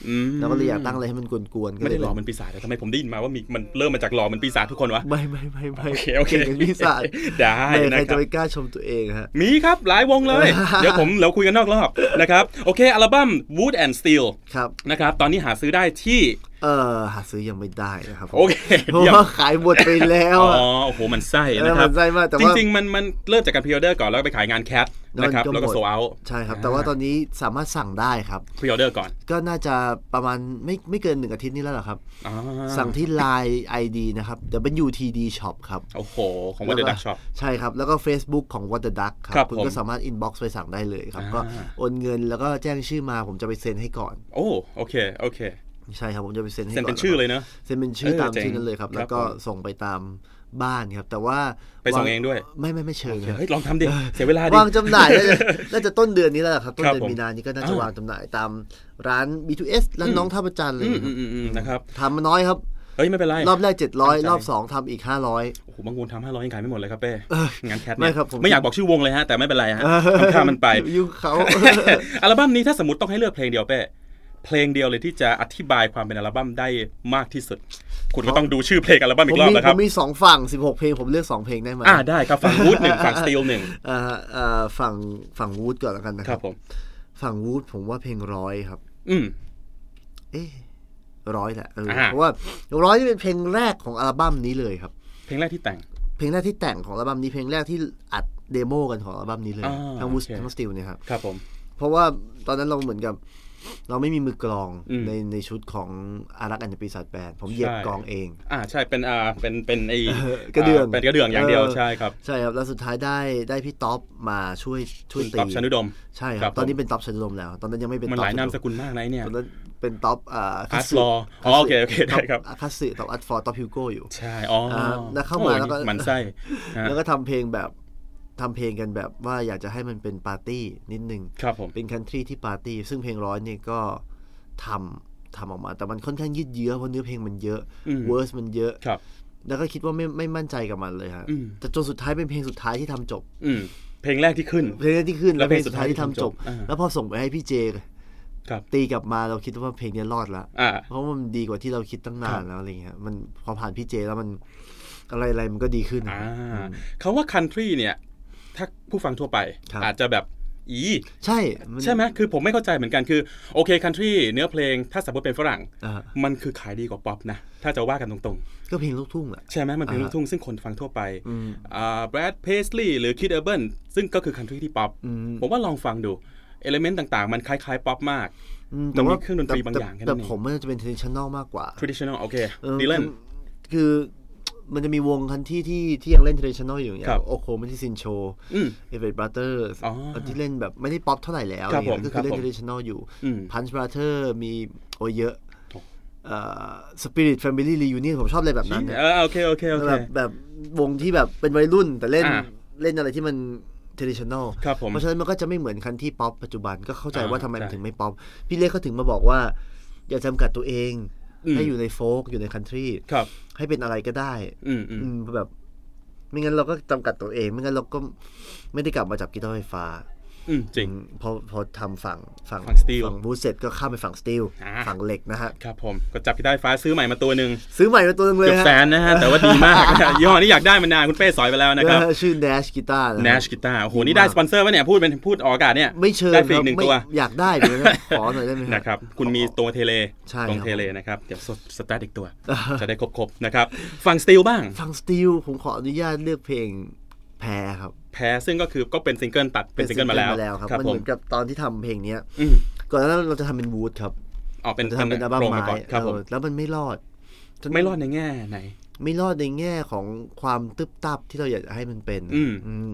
S2: อืม
S3: แล้วก็เลยอยากตั้งอะไรให้มันกวนๆก็
S2: ไม่
S3: เล
S2: ได้
S3: ย
S2: หล่อเหมือนปีศาจแต่ทำไมผมได้ยินมาว่ามีมันเริ่มมาจากหล่อเหมือนปีศาจทุกคนวะ
S3: ไม่ไม่ไม่ไม่
S2: โอเคโอเค
S3: เก่งเป็นปีศาจ
S2: ได้
S3: ม่ใคร
S2: นะครับ
S3: จะไปกล้าชมตัวเองฮะ
S2: มีครับหลายวงเลย เดี๋ยวผมเราคุยกันนอกรอบนะครับโอเคอัลบั้ม Wood and Steel
S3: ครับ
S2: นะครับตอนนี้หาซื้อได้ที่
S3: เออหาซื้อยังไม่ได้นะครับผม
S2: โอเค
S3: เพราะ
S2: เยี่ยม
S3: ว่าขายหมดไปแล้ว
S2: อ๋
S3: อะ
S2: อโอ้โหมันไส้
S3: เออ
S2: นะครั
S3: มั
S2: บ
S3: นไส้มากแต่ว่า
S2: จริงๆมันมันเริ่มจากการพ r ออเดอร์ก่อนแล้วก็ไปขายงานแคท
S3: แล้วมัน
S2: นะครับ
S3: ก็
S2: แล้วก็
S3: หมด
S2: โซเอา
S3: ใช่ครับ แต่ว่าตอนนี้สามารถสั่งได้ครับ
S2: พ r ออเดอร์ก่อน
S3: ก็น่าจะประมาณไม่ไม่เกินหนึ่งอาทิตย์นี้แล้วเหรอครับ
S2: อ่า
S3: สั่งที่ Line ID นะครับ WTD Shop ครับ
S2: โอ้โห ของวันเดอร์ดักช็อป
S3: ใช่ครับ แล้วก็ Facebook ของ What the Duck ครับ
S2: ครับ
S3: คุณ
S2: ผม
S3: ก็สามารถ inbox ไปสั่งได้เลยครับ
S2: อ่า
S3: ก็โอนเงินแล้วก็แจ้งชื่อมาผมจะไปเซ็นให้ก่อน
S2: โอ้โอเค โอเค
S3: ใช่ครับผมจะไปเซ็นให้
S2: เซ็นเป็น
S3: ก่
S2: ชื่อเลยเนอะ
S3: เซ็นเป็นชื่อ
S2: เออ
S3: ตาม
S2: เจ๋ง
S3: ชื่อนั้นเลยครับ
S2: ครับ
S3: แล้วก็
S2: ผม
S3: ส่งไปตามบ้านครับ แต่ว่า
S2: ไปส่งเองด้วย
S3: ไม่ไม่ไม่เชิงครับ
S2: เฮ้ยลองทำดิเสียเวลาดิ
S3: วางจำหน่ายน่าจะน่าจะต้นเดือนนี้แล้วล่ะครับ ต้น
S2: ครับ
S3: เดือน
S2: ผม
S3: มีนานี้ก็น่า
S2: อ่าว
S3: จะางจำหน่ายตามร้าน B2S ร้านน้องท่าประจันเลย
S2: อืมอืมอืมนะครับ
S3: ทำมาน้อยครับ
S2: เฮ้ยไม่เป็นไร
S3: รอบแรก 700
S2: ใจ
S3: รอบ 2ทำอีก 500
S2: โอ้โหบางวงทำห้าร้อยยังขายไม่หมดเลยครับเป้งานแคท
S3: ไม่
S2: เนี่ย
S3: ครับผม
S2: ไม่อยากบอกชื่อวงเลยฮะแต่ไม่เป็นไรฮะทำข้ามมันไป
S3: ยุ่งเขา
S2: [laughs] อัลบั้มนี้ถ้าสมมติต้องให้เลือกเพลงเดียวเป้เพลงเดียวเลยที่จะอธิบายความเป็นอัลบั้มได้มากที่สุด คุณก็ต้องดูชื่อเพลงอัลบั้มอี
S3: ผม
S2: กรอบ
S3: มี
S2: นะค
S3: ผ
S2: รับ
S3: มมีสองฝั่ง 16 เพลง ผมเลือก 2 เพลงได้ไหม
S2: อ่าได้ครับ
S3: [laughs]
S2: ฝั่งวูดหนึ่งฝั่งสตีลหนึ่ง
S3: อ่าฮะอ่าฝั่งฝั่งวูดก่อนแล้วกันนะ
S2: ค
S3: ค
S2: รั
S3: รั
S2: บบ ผม
S3: ฝั่งวูดผมว่าเพลงร้อยครับ
S2: อืม
S3: เอ๊ะร้อยแหละเออ
S2: อ่า
S3: เพราะว่าร้อยนี่เป็นเพลงแรกของอัลบั้มนี้เลยครับ
S2: เพลงแรกที่แต่ง
S3: เพลงแรกที่แต่งของอัลบั้มนี้เพลงแรกที่อัดเดโมกันของอัลบั้มนี้เลย
S2: อ่า
S3: ทั้งวูส
S2: โอเค
S3: ทั้งสติลเนี่ยครับ
S2: ครับผม
S3: เพราะว่าตอนนั้นเราเหมือนกับ เราไม่มีมือกลอง
S2: อืม
S3: ในในชุดของอารักษ์อันปีศาจแบนผมเหยียบ
S2: ใช่
S3: กลองเอง
S2: อ่าใช่เป็นอ่าเป็นเป็นไอ้
S3: [laughs] กระเดื่อง
S2: าเป็นกระเดื่องอย่างเดียว
S3: เออ
S2: ใช่ครับ
S3: ใช่ครับแล้วสุดท้ายได้ได้พี่ท็อปมาช่วยช่วย
S2: คุณ
S3: ตี
S2: ตอบชนุดม
S3: ใช่ค
S2: ครั
S3: รั
S2: บบ ผม
S3: ตอนนี้เป็นท็อปชันลมแล้ว ตอนนั้นยังไม่เป็น
S2: มัน
S3: ท็อ
S2: ห
S3: ป
S2: ลายนามส
S3: ชัดล
S2: กุลมากนะไอ้เนี่ย
S3: ตอนนั้นเป็นท็อปอ่าคัตสึ
S2: Law อ๋อโอเคโอเคได้ครับ
S3: ท็อปคัตสึท็อปอัดฟอร์ท็อปฮิวโก้อยู่
S2: ใช่อ๋ออา
S3: แล้วเข้ามา
S2: โอ้ย
S3: แล้วก็
S2: มันไส้ฮะ
S3: แล้วก็ทำเพลงแบบทำเพลงกันแบบว่าอยากจะให้มันเป็นปาร์ตี้นิดนึง
S2: ครับผม
S3: เป็นคันทรีที่ปาร์ตี้ซึ่งเพลงร้อยเนี่ยก็ทำทำออกมา แต่มันค่อนข้างยืดเยื้อเพราะเนื้อเพลงมันเยอะเวอร์สมันเยอะ
S2: ครับ
S3: แล้วก็คิดว่าไม่ไม่มั่นใจกับมันเลยฮะ
S2: อืม
S3: แต่จนสุดท้ายเป็นเพลงสุดท้ายที่ทำจบ
S2: อืมเพลงแรกที่ขึ้น
S3: เพลงแรกที่ขึ้น
S2: แล้
S3: แล้ว ว
S2: เพล
S3: เพล
S2: ง
S3: ง
S2: สุ
S3: สุ
S2: ด
S3: ด
S2: ท้า
S3: ท้าย ย
S2: ที่
S3: ที่ทำจบ
S2: ทำจบอ่า
S3: แล้วพอส่งไปให้พี่เจ
S2: ครับ
S3: ตีกลับมาเราคิดว่าเพลงเนี้ยรอดละ
S2: อ่า
S3: เพราะว่ามันดีกว่าที่เราคิดตั้งนา
S2: ครั
S3: น
S2: บ
S3: แล้วอะไรเงี้ยมันพอผ่านพี่เจแล้วมันอะไรอะไรมันก็ดีขึ้น
S2: อ่าเขาว่า country เนี่ย ถ้าผู้ฟังทั่วไป
S3: ครับ
S2: อาจจะแบบอี
S3: ใช่น
S2: ใช่ไหมคือผมไม่เข้าใจเหมือนกันคือ โอเค country เนื้อเพลงถ้าสมมติเป็นฝรั่ง
S3: อ่า
S2: มันคือขายดีกว่าป๊อปนะ ถ้าจะว่ากันตรง
S3: ก็เพลงลูกทุ่งแหละ
S2: ๆ ใช่ไหมมันเป็น
S3: อ่า
S2: ลูกทุ่งซึ่งคนฟังทั่วไป
S3: อืม
S2: อ่าแบรดเพสลีย์หรือคิดเอเบิร์นซึ่งก็คือ country ที่ป๊อป
S3: อืม
S2: ผมว่าลองฟังดูเอลเมนต์ต่างๆ มันคล้ายๆป๊อปมาก
S3: อืม
S2: มันมีเครื่องดนตรีบางอย่างแค่นั้น
S3: แต่
S2: เอง
S3: ผมมันจะเป็น traditional มากกว่า
S2: traditional โอเค
S3: เออ
S2: ดีเลน
S3: คือคือมันจะมีวงคันที่ที่ที่ยังเล่น traditional อยู่อย่าง
S2: ครับ
S3: โอโคมันที่ซินโช
S2: อืม
S3: เอเวอร์บราเตอร์
S2: อ๋อ
S3: ที่เล่นแบบไม่ได้ป๊อปเท่าไหร่แล้ว
S2: ครับ
S3: เนี่ย
S2: ผม
S3: ก็
S2: ครั
S3: คื
S2: บ
S3: อเล่
S2: ผม
S3: น traditional อยู่
S2: อืม
S3: พันช์บราเตอร์มีโอเยอะ
S2: โอ้
S3: เอ่อสปิริตแฟมิลี่รีวิเนียผมชอบอะไรแบบนั้นนะ
S2: เออโอเคโอเคโอเค
S3: แบบแบบวงที่แบบเป็นวัยรุ่นแต่เล่น
S2: อ่า
S3: เล่นอะไรที่มัน traditional
S2: ครับผม
S3: เพราะฉะนั้นมันก็จะไม่เหมือนคันที่ป๊อปปัจจุบันก็เข้าใจ
S2: อ่า
S3: ว่าทำไมมั
S2: ใช่
S3: นถึงไม่ป๊อปพี่เล็กเขาถึงมาบอกว่า อย่าจำกัดตัวเองให้อยู่ในโฟกอยู่ในคันทรี
S2: ครับ
S3: ให้เป็นอะไรก็ได้
S2: อืมอืม
S3: อืมแบบ ไม่งั้นเราก็จำกัดตัวเอง ไม่งั้นเราก็ไม่ได้กลับมาจับกีตาร์ไฟฟ้า
S2: อืมจริง
S3: อืมพอพอทำฝั่งฝั่ง
S2: ฝั่ง steel
S3: ฝั่งบูธเสร็จก็ข้ามไปฝั่งสตีล
S2: อ่า
S3: ฝั่งเหล็กนะฮะ
S2: ครับผมก็จับกีตาร์ไฟฟ้าซื้อใหม่มาตัวหนึ่ง
S3: ซื้อใหม่มาตัวหนึงเลย
S2: เกือบ
S3: ฮะ
S2: แสนนะ
S3: [laughs]
S2: ฮะ แต่ว่าดีมาก [laughs] ยี่ห้อนี้อยากได้มานานคุณเป้สอยไปแล้วนะครับ
S3: เออชื่อ Nash กีตาร์
S2: Nash กีตาร์โอ้โห นี่ได้สปอนเซอร์ป่ะเนี่ย พูดเป็นพูดออกอากาศเนี่ย
S3: ไม่เชิญ
S2: ได้ฟรีอีกหนึ่ง
S3: ไม่
S2: ตัว
S3: อยากได้เดี๋ยวนะขอหน่อยได้ไหมฮ
S2: นะครับ คุณมีตัวเทเล
S3: ใช่
S2: ตรง
S3: ครับ
S2: เทเลนะครับ เดี๋ยวสดสตาร์ทอีกตัว
S3: [laughs]
S2: จะได้ครบๆนะครับ ฝั่งสตีลบ้าง
S3: ฝั่งสตีลผมขออนุญาตเลือกเพลงแพ้ครับ
S2: แพ้ซึ่งก็คือก็เป็นซิงเกิลตัดเป็นซิงเกิลมาแล้ว
S3: ครับ
S2: ครับ
S3: มัน
S2: ผ
S3: เห
S2: ม
S3: มือนกับตอนที่ทำเพลงเนี้ย
S2: อืม
S3: ก่อนหนานั้นเราจะทำเป็นวูดครับ
S2: ออกเป็น
S3: จะทำเป็นอัลบั้ม
S2: โปรง
S3: ไม้
S2: ก่อนครับ
S3: เอ
S2: ผ
S3: อ
S2: ม
S3: แล้วมันไม่รอด
S2: ไม่รอดในแง่ไหน
S3: ไม่รอดในแง่ของความตึบตับที่เราอยากจะให้มันเป็น
S2: อืม
S3: อืม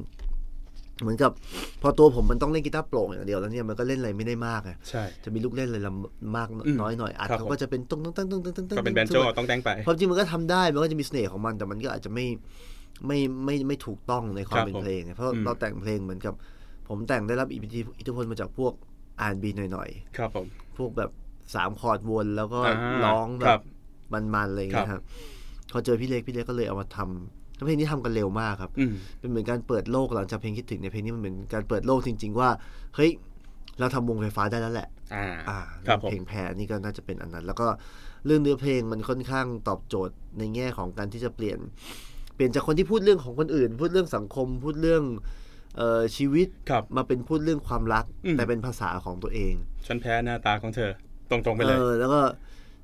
S3: เหมือนกับพอตัวผมมันต้องเล่นกีตาร์โปร่งอย่างเดียวแล้วเนี่ยมันก็เล่นอะไรไม่ได้มากอะ
S2: ใช่
S3: จะมีลูกเล่นอะไรลำมาก
S2: อืม
S3: น้อยหน่อยอัด
S2: ครับ
S3: เขา
S2: ผม
S3: ก็จะเป็นตึ้งตึ้งตึ้งตึ้งตึ้งตึ้งตึ้ง
S2: ก็เป็นแบนโจต้องแต่งไป
S3: ความจริงมันก็ทำได้มันก็จะมีเสน่ห์ของมัน แต่มันก็อาจจะไม่ไม่ไม่ไม่ไม่ถูกต้องในควา
S2: ครั
S3: ม
S2: บ
S3: เป็น
S2: ผม
S3: เพลง เพราะ
S2: อืม
S3: เราแต่งเพลงเหมือนกับ ผมแต่งได้รับอิทธิอิทธิพลมาจากพวกอ่านบีหน่อย
S2: ครับผม
S3: ๆพวกแบบสามคอร์ดวนแล้วก็
S2: อ่า
S3: ร้องแบ
S2: ครับ บ
S3: มันๆอะไรอย่างเงี้ยครับพอเจอพี่เล็กพี่เล็กก็เลยเอามาทำแล้วเพลงนี้ทำกันเร็วมากครับ
S2: อืม
S3: เป็นเหมือนการเปิดโลกหลังจากเพลงคิดถึงในยเพลงนี้มันเหมือนการเปิดโลกจริง ๆ ว่าเฮ้ยเราทำวงไฟฟ้าได้แล้วแหละ
S2: อ่า
S3: อ่า
S2: ครับผม
S3: เพลงแพ้นี่ก็น่าจะเป็นอันนั้น แล้วก็เรื่องเนื้อเพลงมันค่อนข้างตอบโจทย์ในแง่ของการที่จะเปลี่ยน เปลี่ยนจากคนที่พูดเรื่องของคนอื่น พูดเรื่องสังคม พูดเรื่องเอ่อชีวิต
S2: ครับ
S3: มาเป็นพูดเรื่องความรัก
S2: อืม
S3: แต่เป็นภาษาของตัวเอง
S2: ฉันแพ้หน้าตาของเธอ ตรงๆไป
S3: เอ
S2: เลย
S3: อแล้วก็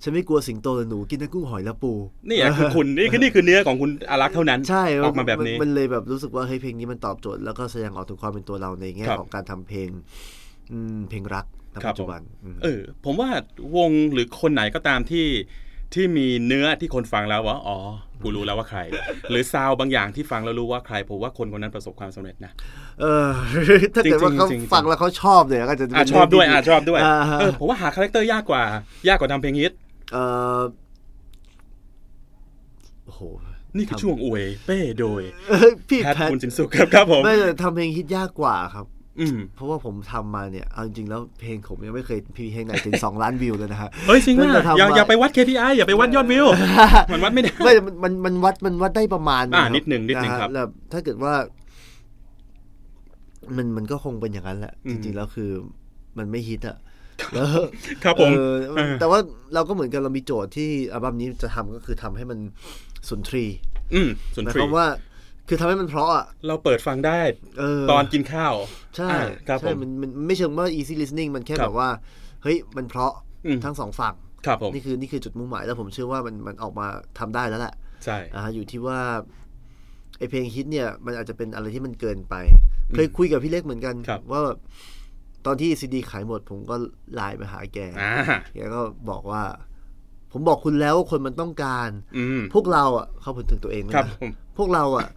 S3: ฉันไม่กลัวสิงโตหรือหนูกินแต่กุ้งหอยและปู
S2: นี่
S3: [laughs]
S2: อะคือคุณนี่คือนี่คือเนื้อของคุณอารักษ์เท่านั้น
S3: ใช่
S2: ออกมาแบบนี้
S3: มันเลยแบบรู้สึกว่าเฮ้ยเพลงนี้มันตอบโจทย์แล้วก็แสดงออกถึงความเป็นตัวเราในแง่
S2: ครับ
S3: ของการทำเพลงอืมเพลงรักณปัจจุบันอืม
S2: เออ ผมว่าวงหรือคนไหนก็ตามที่ที่มีเนื้อที่คนฟังแล้วว่าอ๋อกูรู้แล้วว่าใคร
S3: [laughs]
S2: หรือซาวบางอย่างที่ฟังแล้วรู้ว่าใครผมว่าคนคนนั้นประสบความสำเร็จนะ
S3: เอ [laughs] อ ถ้าเกิดว่าเขา
S2: จริงๆ
S3: ฟังแล้วเขาชอบเนี่ยก็จะ
S2: อ่ะ
S3: เป็น
S2: ชอบด้วย
S3: เรื่ง
S2: อ่ะ
S3: ที่
S2: ชอบด้วย
S3: อ่า
S2: เออผมว่าหาคาแรคเตอร์ยากกว่า ยากกว่าทำเพลงฮิต
S3: เออโอ้โห [laughs]
S2: นี่คือช่วงอวยเป้โดย
S3: เอ้ยพี่
S2: แพท
S3: แพท
S2: คุณสินสุขครับครับผม
S3: ไม่แต่ทำเพลงฮิตยากกว่าครับ
S2: อืม
S3: เพราะว่าผมทำมาเนี่ย เอาจริงๆแล้วเพลงผมยังไม่เคยพีเพลงไหนถึง [laughs] 2 ล้านวิวเลยนะฮะ
S2: เฮ้ยจริง
S3: เพิ่งจะ
S2: ว่า
S3: ทำ
S2: อย่า
S3: มา
S2: อย่าไปวัด KPI อย่าไปวัดยอด
S3: [laughs]
S2: วิว มันวัดไม่ได้
S3: ไม่มันมันมันวัดมันวัดได้ประมาณ
S2: อ่า
S3: ะครับ
S2: นิดหนึ่งนิดหนึ่ง
S3: ะฮะ
S2: ครับ
S3: แล้วถ้าเกิดว่า มันมันก็คงเป็นอย่างนั้นแหละ
S2: อื
S3: จ
S2: ม
S3: ริงๆแล้วคือ มันไม่ฮิต
S2: [laughs]
S3: อะแล้ว
S2: ครับผม
S3: เออ
S2: เออ
S3: แต่ว่าเราก็เหมือนกันเรามีโจทย์ที่อัลบั้มนี้จะทำก็คือทำให้มันสุนทรี
S2: อืมสุน
S3: หมาย
S2: ทรี
S3: ความว่า คือทำให้มันเพราะอะ
S2: เราเปิดฟังได้
S3: เออ
S2: ตอนกินข้าว
S3: ใช่
S2: อ่าครับผ
S3: ใช่
S2: ม
S3: มันมันมันไม่เชิงว่า easy listening มันแค่
S2: ครับ
S3: แบบว่า เฮ้ย มันเพราะ
S2: อืม
S3: ทั้งสองฝั่ง
S2: ครับผม
S3: นี่คือนี่คือจุดมุ่งหมายแล้วผมเชื่อว่ามันมันออกมาทำได้แล้วแหละ
S2: ใช่
S3: อ่าอยู่ที่ว่าไอเพลงฮิตเนี่ย มันอาจจะเป็นอะไรที่มันเกินไป เคยคุยกับพี่เล็กเหมือนกัน
S2: ครับ
S3: ว่าแบบตอนที่ซีดีขายหมด ผมก็ไลน์ไปหาแก
S2: อ่า
S3: แกก็บอกว่า ผมบอกคุณแล้วว่าคนมันต้องการ
S2: อืม [laughs]
S3: พวกเราอ่ะเขาพูดถึงตัวเองด้วย
S2: ครับ
S3: นะ
S2: ผม
S3: พวกเราอ่ะ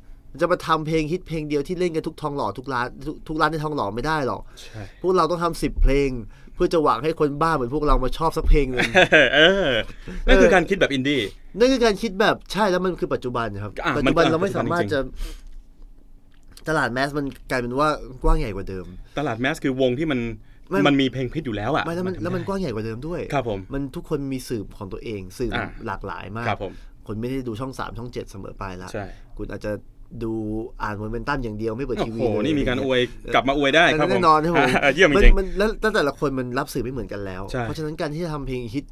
S3: จะมาทำเพลงฮิตเพลงเดียวที่เล่นกันทุกทองหล่อทุกร้านทุกทุกร้านในทองหล่อไม่ได้หรอก
S2: ใช่
S3: พวกเราต้องทำสิบเพลง เพื่อจะหวังให้คนบ้าเหมือนพวกเรามาชอบสักเพลงหนึ่ง
S2: เออนั่นคือการคิดแบบอินดี้
S3: นั่นคือการคิดแบบใช่แล้วมันคือปัจจุบันครับ
S2: อ่ะ
S3: ปัจจุบัน
S2: มันคือ
S3: เราไม่สามารถ
S2: ปัจจุบันจริง
S3: จะตลาดแมสมันกลายเป็นว่ากว้างใหญ่กว่าเดิม
S2: ตลาดแมสคือวงที่มัน
S3: ไม่
S2: มันมีเพลงพิษอยู่แล้วอ่ะ
S3: ไม่แล้วมัน
S2: ทำ
S3: แล้วมัน
S2: ได้
S3: กว้างใหญ่กว่าเดิมด้วย
S2: ครับผม
S3: นทุกคนมีสื่อของตัวเองสื่ออา หลากหลายมาก
S2: ครับผม
S3: คนไม่ได้ดูช่องสามช่องเจ็ดเสมอไปละ
S2: ใช่
S3: คุณอาจจะดูอ่านโมเมนตัมอย่างเดียวไม่เปิด
S2: โอ้
S3: ทีวี
S2: โห
S3: เลย
S2: นี่มีการ
S3: ะ
S2: อ
S3: ไเงี้
S2: วยกลับมาอวยได้ครับผม
S3: แน่นอนครับผม
S2: อ่าเยี่ยม
S3: น
S2: จริง
S3: นแล้วแล้วแต่ละคนมันรับสื่อไม่เหมือนกันแล้ว
S2: ใช่
S3: เพราะฉะนั้นการที่จะทำเพลงฮิต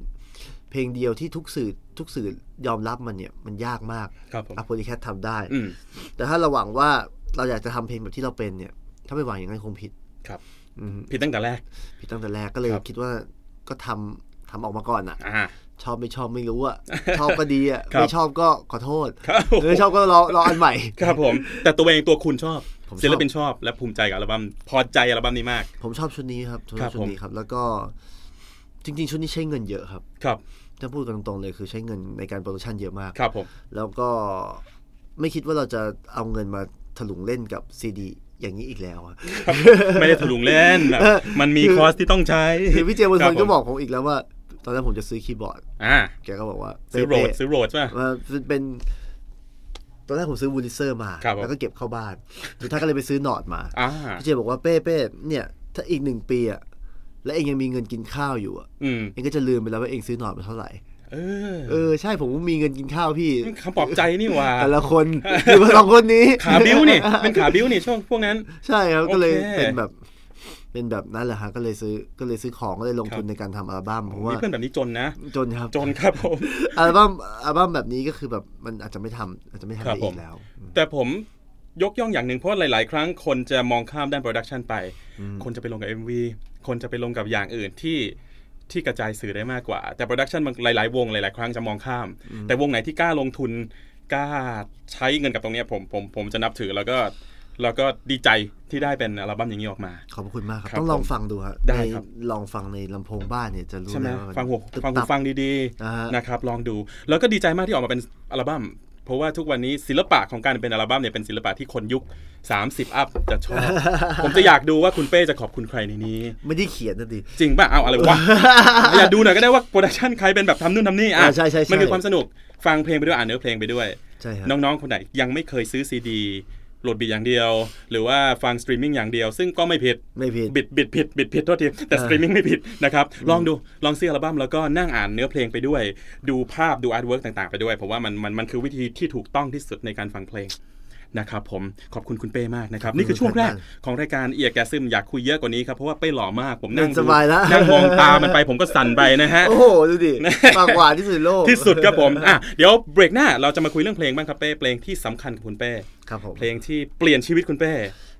S3: เพลงเดียวที่ทุกสื่อทุกสื่อยอมรับมันเนี่ยมันยากมาก
S2: ครับผม
S3: อะโพลิแคททำได้
S2: อืม
S3: แต่ถ้าเราหวังว่าเราอยากจะทำเพลงแบบที่เราเป็นเนี่ย ถ้าไม่หวังอย่างนั้นคงผิด
S2: ครับ
S3: อืม
S2: ผิดตั้งแต่แรก
S3: ผิดตั้งแต่แรกก็เลย
S2: ครับ
S3: คิดว่าก็ทำทำออกมาก่อนอะ
S2: อ่า
S3: ชอบไม่ชอบไม่รู้อะชอบก็ดีอะ
S2: ครับ
S3: ไม่ชอบก็ขอโทษ
S2: ครับผม
S3: หรือชอบก็รอรออันใหม่
S2: ครับผม แต่ตัวเองตัวคุณชอบ
S3: ผมชอบ
S2: ศิลปินชอบและภูมิใจกับอัลบั้มพอใจอัลบั้มนี้มาก
S3: ผมชอบชุดนี้ครับผมชอบชุ
S2: ครับผ
S3: ด
S2: ม
S3: นี้ครับ แล้วก็จริง ๆ ชุดนี้ใช้เงินเยอะครับ
S2: ครับ
S3: ถ้าพูดกันตรงๆเลยคือใช้เงินในการโปรดักชันเยอะมาก
S2: ครับผม
S3: แล้วก็ไม่คิดว่าเราจะเอาเงินมาถลุงเล่นกับซีดีอย่างนี้อีกแล้วอะ
S2: ไม่ได้ถลุงเล่นแบบมันมีคอร์สที่ต้องใช้
S3: คือพี่เจมส์บอล
S2: ค
S3: ท
S2: รั
S3: น
S2: ผม
S3: ก็บอกผมอีกแล้วว่า ตอนนั้นผมจะซื้อคีย์บอร์ด
S2: อ่า
S3: แกก็บอกว่า
S2: ซื้อโรด
S3: เป๊ะๆ
S2: ซื้อโรดใช่ไหม
S3: ว่าเป็น ตอนแรกผมซื้อบูลิเซอร์มา
S2: ครับผม
S3: แล้วก็เก็บเข้าบ้าน สุดท้ายก็เลยไปซื้อหนอดมา
S2: อ่า
S3: พี่เจมส์บอกว่าเป้เป้ๆเนี่ย ถ้าอีกหนึ่งปีอะและเองยังมีเงินกินข้าวอยู่อะ
S2: อืม
S3: เองก็จะลืมไปแล้วว่าเองซื้อหนอดมาเท่าไหร่
S2: เออ
S3: เออใช่ผมมีเงินกินข้าวพี่
S2: คำปลอบใจนี่หว่า
S3: แต่ละคนหรือว่าสองคนนี้
S2: ขาบิ้วนี่ เป็นขาบิ้วนี่ช่วงพวกนั้น
S3: ใช่ครับ
S2: โอเค
S3: ก็เลยเป็นแบบ เป็นแบบนั้นแหละฮะก็เลยซื้อก็เลยซื้อของก็เลยลงทุ
S2: ค
S3: น
S2: รับ
S3: ในการทำอัลบั้มเพราะว่า
S2: นี่เพื่อนแบบนี้จนนะ
S3: จนครับ
S2: จนครับผม
S3: อัลบั้มอัลบั้มแบบนี้ก็คือแบบมันอาจจะไม่ทำอาจจะไม่ทำ
S2: ครับ
S3: ได้
S2: ผ
S3: อี
S2: ม
S3: กแล้ว
S2: แต่ผมยกย่องอย่างหนึ่งเพราะหลาย ๆ ครั้งคนจะมองข้ามด้านโปรดักชันไป คนจะไปลงกับ MV คนจะไปลงกับอย่างอื่นที่ที่กระจายสื่อได้มากกว่า แต่โปรดักชันบางหลาย ๆ วงหลาย ๆ ครั้งจะมองข้าม แต่วงไหนที่กล้าลงทุนกล้าใช้เงินกับตรงเนี้ยผมผมผมจะนับถือแล้วก็แล้วก็ดีใจที่ได้เป็นอัลบั้มอย่างนี้ออกมา
S3: ขอบพระคุณมากครับ
S2: ครับ
S3: ต้องลองฟังดูฮะ
S2: ได้
S3: ใน
S2: ครับ
S3: ลองฟังในลำโพงบ้านเนี่ยจะรู้
S2: ใช่ไหม
S3: เลยว่ามัน
S2: ฟังหู
S3: ตึบ
S2: ฟังหู
S3: ตับ
S2: ฟังดี
S3: อ่าฮะ
S2: ๆนะครับลองดู แล้วก็ดีใจมากที่ออกมาเป็นอัลบั้มเพราะว่าทุกวันนี้ศิลปะของการเป็นอัลบั้มเนี่ยเป็นศิลปะที่คนยุค 30 อัพจะชอบ [laughs] ผมจะอยากดูว่าคุณเป้จะขอบคุณใครในนี้
S3: ไม่ได้เขียนนะดิ
S2: [laughs] จริงป่ะเอาอะไรวะ อยากดูหน่อยก็ได้ว่าโปรดักชันใครเป็นแบบทำนู่นทำนี่อ่ะ
S3: อ่าใช่ใช่ใช่
S2: มันคือความสนุกฟังเพลงไปด้วยอ่านเนื้อเพลงไปด้วย
S3: ใช่ครับ
S2: น้องๆ คนไหนยังไม่เคยซื้อซีดีโหลดบิดอย่างเดียว หรือว่าฟังสตรีมมิ่งอย่างเดียว ซึ่งก็ไม่ผิด
S3: ไม่ผิด
S2: บิดบิดผิดบิดผิดโทษทีแต่
S3: เออ
S2: สตรีมมิ่งไม่ผิดนะครับ ลองดูลองซื้ออัลบั้มแล้วก็นั่งอ่านเนื้อเพลงไปด้วย ดูภาพดูอาร์ตเวิร์กต่างๆ ไปด้วยผมว่ามันมันมันคือวิธีที่ถูกต้องที่สุดในการฟังเพลงนะครับผมขอบคุณคุณเป้มากนะครับ นี่คือช่วงแรกของรายการเอียแกซึมอยากคุยเยอะกว่านี้ครับ เพราะว่าเป้หล่อมากผมนั่ง
S3: ส
S2: ดู
S3: บายละ
S2: นั่งมองตามันไปผมก็สั่นไปนะฮะ
S3: โอ้โหดูดิปากหวานที่สุดในโลก
S2: ที่สุดครับผมอ่ะเดี๋ยวเบรกหน้าเราจะมาคุยเรื่องเพลงบ้างครับเป้เพลงที่สำคัญกับคุณเป้
S3: ครับผม
S2: เพลงที่เปลี่ยนชีวิตคุณเป้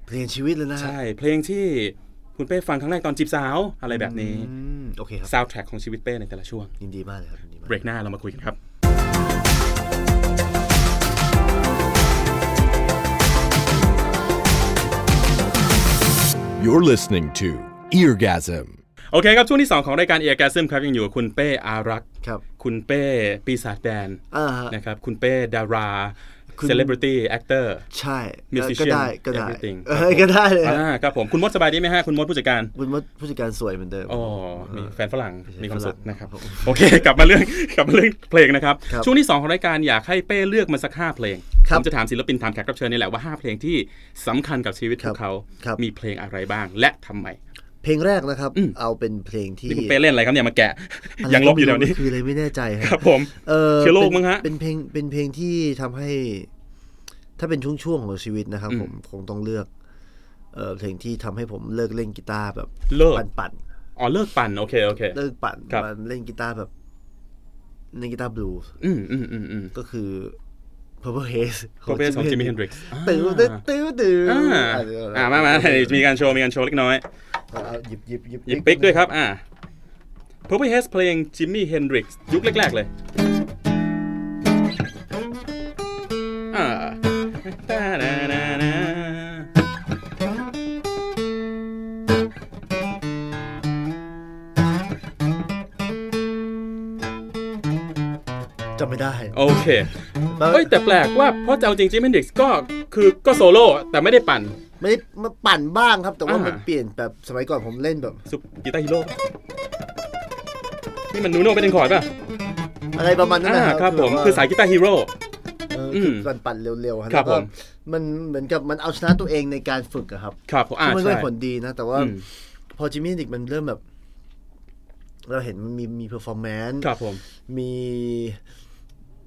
S3: เปลี่ยนชีวิตเลยนะฮะ
S2: ใช่ เพลงที่คุณเป้ฟังครั้งแรกตอนจีบสาวอะไรแบบนี้
S3: อืมโอเคครับ
S2: ซาวด์แทร็กของชีวิตเป้ในแต่ละช่วง
S3: ยินดีมากเลยครับยินดีมาก
S2: เบรกหน้าเรามาคุยกันครับ
S1: You're listening to Eargasm.
S2: โอเคครับ ช่วงที่ 2 ของรายการเอียร์แกซึมครับ ยังอยู่กับคุณเป้อารักษ์
S3: ครับ
S2: คุณเป้ปีศาจแดน
S3: อ่าฮะ
S2: นะครับ คุณเป้ดารา
S3: คุณ
S2: celebrity actor
S3: ใช่ก็
S2: musician
S3: ก็ได้ก็ได้
S2: everything
S3: เออก็ได้เลย
S2: อ่าครับผมคุณมดสบายดีไหมฮะคุณมดผู้จัดการ
S3: คุณมดผู้จัดการสวยเหมือนเดิม
S2: อ๋อ มีแฟนฝรั่ง มีความสุข
S3: ฝรั่ง
S2: นะครับ
S3: ครับผม
S2: โอเค [laughs] กลับมาเรื่อง กลับมาเรื่องเพลงนะครับ
S3: ครับ
S2: ช่วงที่ 2 ของรายการอยากให้เป้เลือกมาสัก 5 เพลง
S3: ครั
S2: ผ
S3: บ
S2: มจะถามศิลปินถามแขกรับเชิญนี่แหละว่า 5 เพลงที่สำคัญกับชีวิตพวกเขา
S3: ครับ
S2: มีเพลงอะไรบ้าง และทำไม
S3: เพลงแรกนะครับ เอาเป็นเพลงที่
S2: นี่คุณเป้เล่นอะไรครับเนี่ยมาแกะ
S3: ะไร
S2: ยังลบอยู่เดี๋ยวนี้
S3: คืออะไรไม่แน่ใจค
S2: ครั
S3: รับบ
S2: ผม
S3: เออ
S2: เชื้อโรคมั้งฮะ
S3: เป็นเป็นเพลงเป็นเพลงที่ทำให้ ถ้าเป็นช่วงๆของชีวิตนะครับ ผมคงต้องเลือก เออเพลงที่ทำให้ผมเลิกเล่นกีตาร์แบบ
S2: เลิก
S3: ปั่น
S2: อ๋อ เลิกปั่น โอเค โอเค
S3: ๆเลิกปั่น
S2: ครับ
S3: มาเล่นกีตาร์แบบเล่นกีตาร์บลูส์
S2: อืมอืมอืมอืม
S3: ก็คือ Purple Haze
S2: โปรเฟสของจิมมี่เฮนดริกซ์
S3: ตื้อตื้อตื้อตื้อ
S2: อ่า
S3: อ่ะเดี๋ยวนะ
S2: อ่ามามามีการโชว์ มีการโชว์เล็กน้อย
S3: เอาเอาหยิบหยิบหยิบ
S2: หยิบปิ๊กด้วยครับ อ่า Purple Haze เพลง Jimmy Hendrix ยุคแรก ๆ เลย อ่าตาดาดาดา
S3: จำไม่ได้
S2: โอเค เฮ้ย แต่แปลกว่าเพราะจะเอาจริง Jimmy Hendrix ก็คือก็โซโล่แต่ไม่ได้ปั่น
S3: ไม่ได้มาปั่นบ้างครับ แต่ว่า
S2: อ่ามั
S3: มันเปลี่ยนแบบสมัยก่อนผมเล่นแบบ
S2: ซุปกีตาร์ฮีโร่นี่มันนูโน่เป็นคอร์ดป่ะ
S3: อะไรประมาณนั้น
S2: อ่า
S3: นะ
S2: ครับผม
S3: แบบว่า
S2: คือสายกีตาร์ฮีโร่
S3: เอออ
S2: ม
S3: คือปั่นปั่นเร็วๆฮะ
S2: ครับ
S3: แล้ว
S2: ผ
S3: ก็
S2: ม
S3: มันเหมือนกับมันเอาชนะตัวเองในการฝึกอะครับ
S2: ครับผมอ่า
S3: ซึ่งมันก็
S2: ใช่
S3: ได้ผลดีนะ แต่ว่า
S2: อืม
S3: พอจิมมี่ดิกมันเริ่มแบบ เราเห็นมันมีมีเพอร์ฟอร์แมนซ์
S2: ครับผม
S3: มี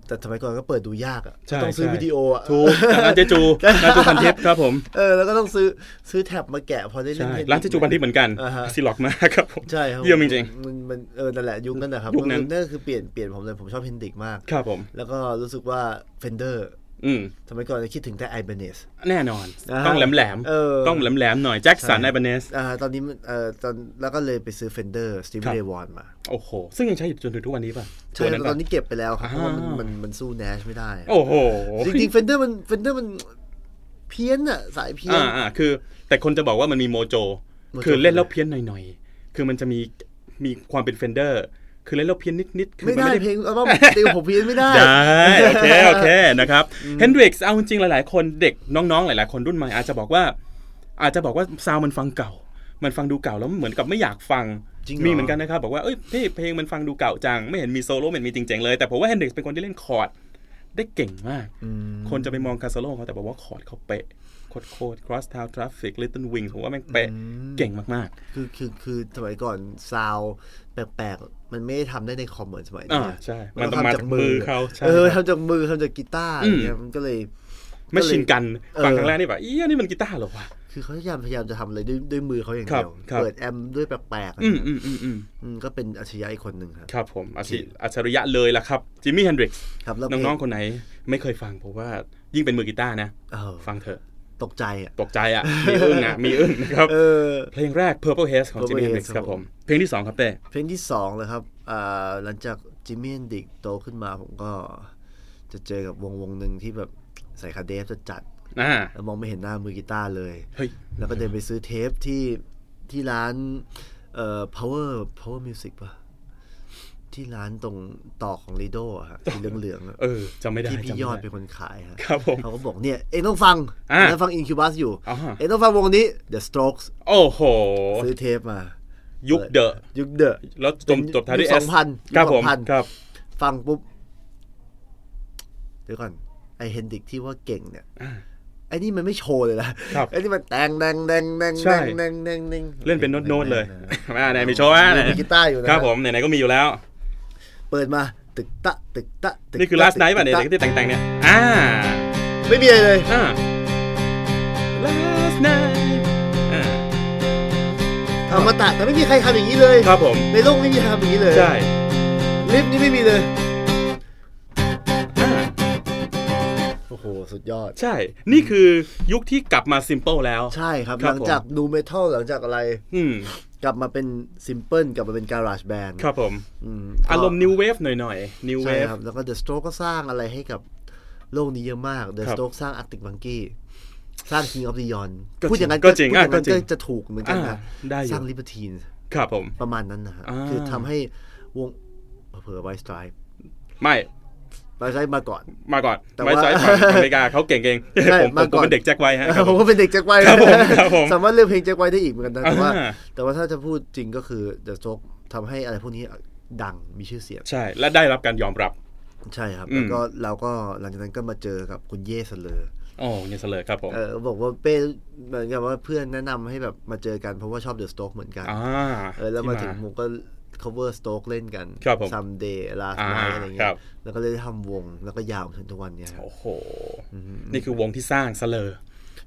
S3: แต่สมัยก่อนก็เปิดดูยากอะ
S2: ใช่
S3: ต้องซื้อ
S2: ใช่
S3: วิดีโออะ
S2: ถูก [laughs] ร้านเจจูร้านจูพันทิพย์ครับผม
S3: เออแล้วก็ต้องซื้อซื้อแท็บมาแกะพอได้เล่น
S2: ใช่
S3: เล่น
S2: ร้านเจจูพันทิพย์เหมือนกัน
S3: อ่าฮะ
S2: ซีล็อกมากครับผม
S3: ใช่ครับ
S2: เยี่ยมจริง
S3: มันมันเออนั่นแหละยุคนั้นนะครับ
S2: ยุคนั้น
S3: นั่นก็คือเปลี่ยนเปลี่ยนผมเลยผมชอบเพนดิกมาก
S2: ครับผม
S3: แล้วก็รู้สึกว่าเฟนเดอร์
S2: อืม
S3: สมัยก่อนจะคิดถึงแต่ไอเบเนส
S2: แน่นอน
S3: อ่า
S2: ต้องแหลมแหลม
S3: เออ
S2: ต้องแหลมแหลมๆหน่อยแจ็คสันไอเบเนส
S3: อ่าตอนนี้มันเอ่อตอนแล้วก็เลยไปซื้อเฟนเดอร์สตีฟ
S2: ครับ
S3: เรวอนมา
S2: โอ้โห ซึ่งยังใช้อยู่จนถึงทุกวันนี้ป่ะ
S3: ใช่
S2: ตัวนั้น
S3: ต
S2: ป่ะ
S3: อนนี้เก็บไปแล้วครับ เพราะว่ามัน
S2: อ่ามั
S3: มันมันสู้แนชไม่ได้อะ
S2: โอ้โห
S3: จริงๆเฟนเดอร์มันเฟนเดอร์มันเพี้ยนอะสายเพี้ยน
S2: อ่าอ่าคือ แต่คนจะบอกว่ามันมีโมโจ
S3: โมโจ
S2: คือเล่นแล้วเพี้ยนหน่อยๆ คือมันจะมีมีความเป็นเฟนเดอร์ คือเล่นแล้วเพี้ยนนิดๆ คื
S3: ไม่
S2: น
S3: ได้เพลงอัลบั้มติวผมเพี้ยนไม่ได้
S2: ได้โอเค โอเค นะครับเฮนดริกซ์เอาจริงๆหลายๆ คนเด็กน้องๆ หลายๆ คนรุ่นใหม่อาจจะบอกว่า อาจจะบอกว่าซาวด์มันฟังเก่า มันฟังดูเก่าแล้วเหมือนกับไม่อยากฟัง
S3: จริงเหรอ
S2: มีเหมือนกันนะครับบอกว่าเอ้ยพี่เพลงมันฟังดูเก่าจัง ไม่เห็นมีโซโล่ไม่เห็นมีจริงๆเลยแต่ผมว่าเฮนดริกซ์เป็นคนที่เล่นคอร์ดได้เก่งมาก คนจะไปมองการโซโล่เขาแต่บอกว่าคอร์ดเขาเป๊ะโคตรโคตร cross town traffic little wing ผมว่าแม่งเป๊ะเก่งมาก
S3: คือคือคือสมัยก่อนซาวด์แปลกๆ มันไม่ได้ทำได้ในคอมเหมือนสมัย
S2: ๆอ่า
S3: นี้
S2: ใช่มันต้องมาจากมือเขาใช่
S3: เออ
S2: ครับ
S3: ทำจากมือทำจากกีตาร์อย่างเงี้ยมันก็เลย
S2: ไม่ชินกันฟัง
S3: เออ
S2: ครั้งแรกนี่แบบเอี้ยนี่มันกีตาร์เหรอวะ
S3: คือเขาพยายามพยายามจะทำอะไรด้วยด้วยมือเขาอย่าง
S2: ครับ
S3: เดียว
S2: ครับ
S3: เปิดแอมป์ด้วยแปลกๆอะไร
S2: อืม
S3: เงี้ย
S2: อืมอืมอืม
S3: อืมก็เป็นอัจฉริยะอีกคนหนึ่งครับ
S2: ครับผมอาชีอัจฉริยะเลยล่ะครับจิมมี่ n ฮนดริกซ์
S3: ครับแล้วเพลง
S2: น้องๆ คนไหนไม่เคยฟังผมว่ายิ่งเป็นมือกีตาร์นะ
S3: เออ
S2: ฟังเถอะ
S3: ตกใจอ่ะ
S2: ตกใจอ่ะ มีอึ้งอ่ะ มีอึ้งนะครับ
S3: เออ
S2: เพลงแรก Purple Haze ของจิม
S3: Purple
S2: มี่ n ฮนดริก
S3: Haze
S2: ซ์ครั
S3: ครับ บ
S2: ผ
S3: ผม ม
S2: เพลงที่สองครับเต้
S3: เพลงที่สองเลยครับอ่าหลังจากจิมมี่ดิกโตขึ้นมาผมก็ จะเจอกับวงวงหนึ่งที่แบบใส่คาเดฟจะจัด
S2: อ่า
S3: ๆแล้วมองไม่เห็นหน้ามือกีตาร์เลย
S2: เฮ้ย
S3: แล้วก็เดินไปซื้อเทปที่ที่ร้านเอ่อ power power music ป่ะ ที่ร้านตรงต่อของลีโดอะ
S2: [laughs]
S3: ฮะสีเหลืองๆอะ
S2: เออจำไม่ได้
S3: ที่พี่
S2: จำไม่
S3: ยอด
S2: ได้
S3: เป็นคนขายฮะ
S2: ครับผม
S3: เขาก็บอกเนี่ย เอ็งต้องฟัง
S2: อ่ะ
S3: เอ็งต้องฟังอินคิวบัสอยู่
S2: อ่าฮะ
S3: เอ็งต้องฟังวงนี้ The Strokes
S2: โอ้โห
S3: ซื้อเทปมา
S2: ยุคเดอะ
S3: ยุคเดอะ
S2: แล้วจมจบท้ายด้วย
S3: ยุค
S2: S
S3: 2000
S2: ครับ
S3: ยุค
S2: ผม
S3: 2000
S2: ครับ
S3: ฟังปุ๊บ เดี๋ยวก่อน ไอเฮนดิกที่ว่าเก่งเนี่ยไอ้นี่มันไม่โชว์เลยนะครับ ไอ้นี่มันแดงแดงแดงแดง
S2: ใช่
S3: แดงแดงแดงแดง
S2: เล่นเป็นโน้ตๆเลย
S3: ออ
S2: มาไหนมีโช [laughs] ว์อ่ะไหน
S3: มีกีตาร์อยู่นะครับ
S2: ผมไหนๆก็มีอยู่แล้ว
S3: เปิดมาตึกตะตึกตะตึกตะ
S2: นี่คือ last night ป่ะเนี่ย
S3: ตึกต
S2: ที่แต่งๆเนี่ยอ่า
S3: ไม่มีอะไรเลย
S2: อ่า last night อ่า
S3: เอามาตัดแต่ไม่มีใครทำอย่างนี้เลย
S2: ครับผม
S3: ในโลกไม่มีใครทำอย่างนี้เลย
S2: ใช่
S3: ลิฟต์นี่ไม่มีเลย
S2: อ่า
S3: โอ้โห สุดยอด
S2: ใช่ นี่คือยุคที่กลับมา simple แล้ว
S3: ใช่ครับ
S2: ครับ
S3: หลัง
S2: ผม
S3: จากดูเมทัลหลังจากอะไร
S2: อืม
S3: กลับมาเป็นซิมเพิลกลับมาเป็นการาจแบน
S2: ครับผม
S3: อา
S2: อารมณ์ new wave หน่อยๆ new
S3: ใช่
S2: wave
S3: ครับ แล้วก็เดอะสโตรกก็สร้างอะไรให้กับโลกนี้เยอะมากเดอะ
S2: ครับ
S3: สโตรกสร้างอาร์ติกบังกี้สร้าง King of the Yon
S2: ก็จริง
S3: พูดอย่างนั้น
S2: ก็จริง
S3: พูดอย่าง
S2: อ่ะก็
S3: นั้น
S2: จริง
S3: ก็จะถูกเหมือนกันนะ
S2: อ่าได้อยู่
S3: สร้างลิเบอร์ทีน
S2: ครับผม
S3: ประมาณนั้นนะฮะ
S2: อ่า
S3: คือทำให้วงเผลอไวสไตร์
S2: ไม่
S3: มาใช้มาก่อน
S2: มาก่อน
S3: แต่ว่า
S2: ไว้ใจ
S3: [laughs]
S2: ฝั่งอเมริกาเขาเก่งเก่งผมผมผมเป็นเด็กแจ็คไว้ฮะครับ
S3: ผ
S2: ผม ม
S3: ก็เป็นเด็กแจ็คไวท์
S2: ครับผมครับผม
S3: สามารถเลือกเพลงแจ็คไวท์ได้อีกเหมือนกันนะแต่ว่า
S2: อ่า
S3: แต่ว่าถ้าจะพูดจริงก็คือเดอะโจ๊กทำให้อะไรพวกนี้ดังมีชื่อเสียง
S2: ใช่ และได้รับการยอมรับ
S3: ใช่ครับ
S2: อืม
S3: แล้วก็เราก็หลังจากนั้นก็มาเจอกับคุณเย่เสลอ
S2: โอ้ยังเสลอครับผม
S3: เออบอกว่าเป้เหมือนกับว่าเพื่อนแนะนำให้แบบมาเจอกันเพราะว่าชอบเดอะสโต๊กเหมือนกัน
S2: อ่า
S3: เออแล้วมา
S2: ที่
S3: ถึงผมก็ cover Stoke เล่นกัน
S2: ครับผม
S3: someday last
S2: อ่า
S3: night อะไร
S2: ค
S3: เงี้
S2: รั
S3: ย
S2: บ
S3: แล้วก็เลยได้ทำวงแล้วก็ยาวมาถึงทุกวันเนี้ยครับ
S2: โอ้โห นี่คือวงที่สร้างเสลอ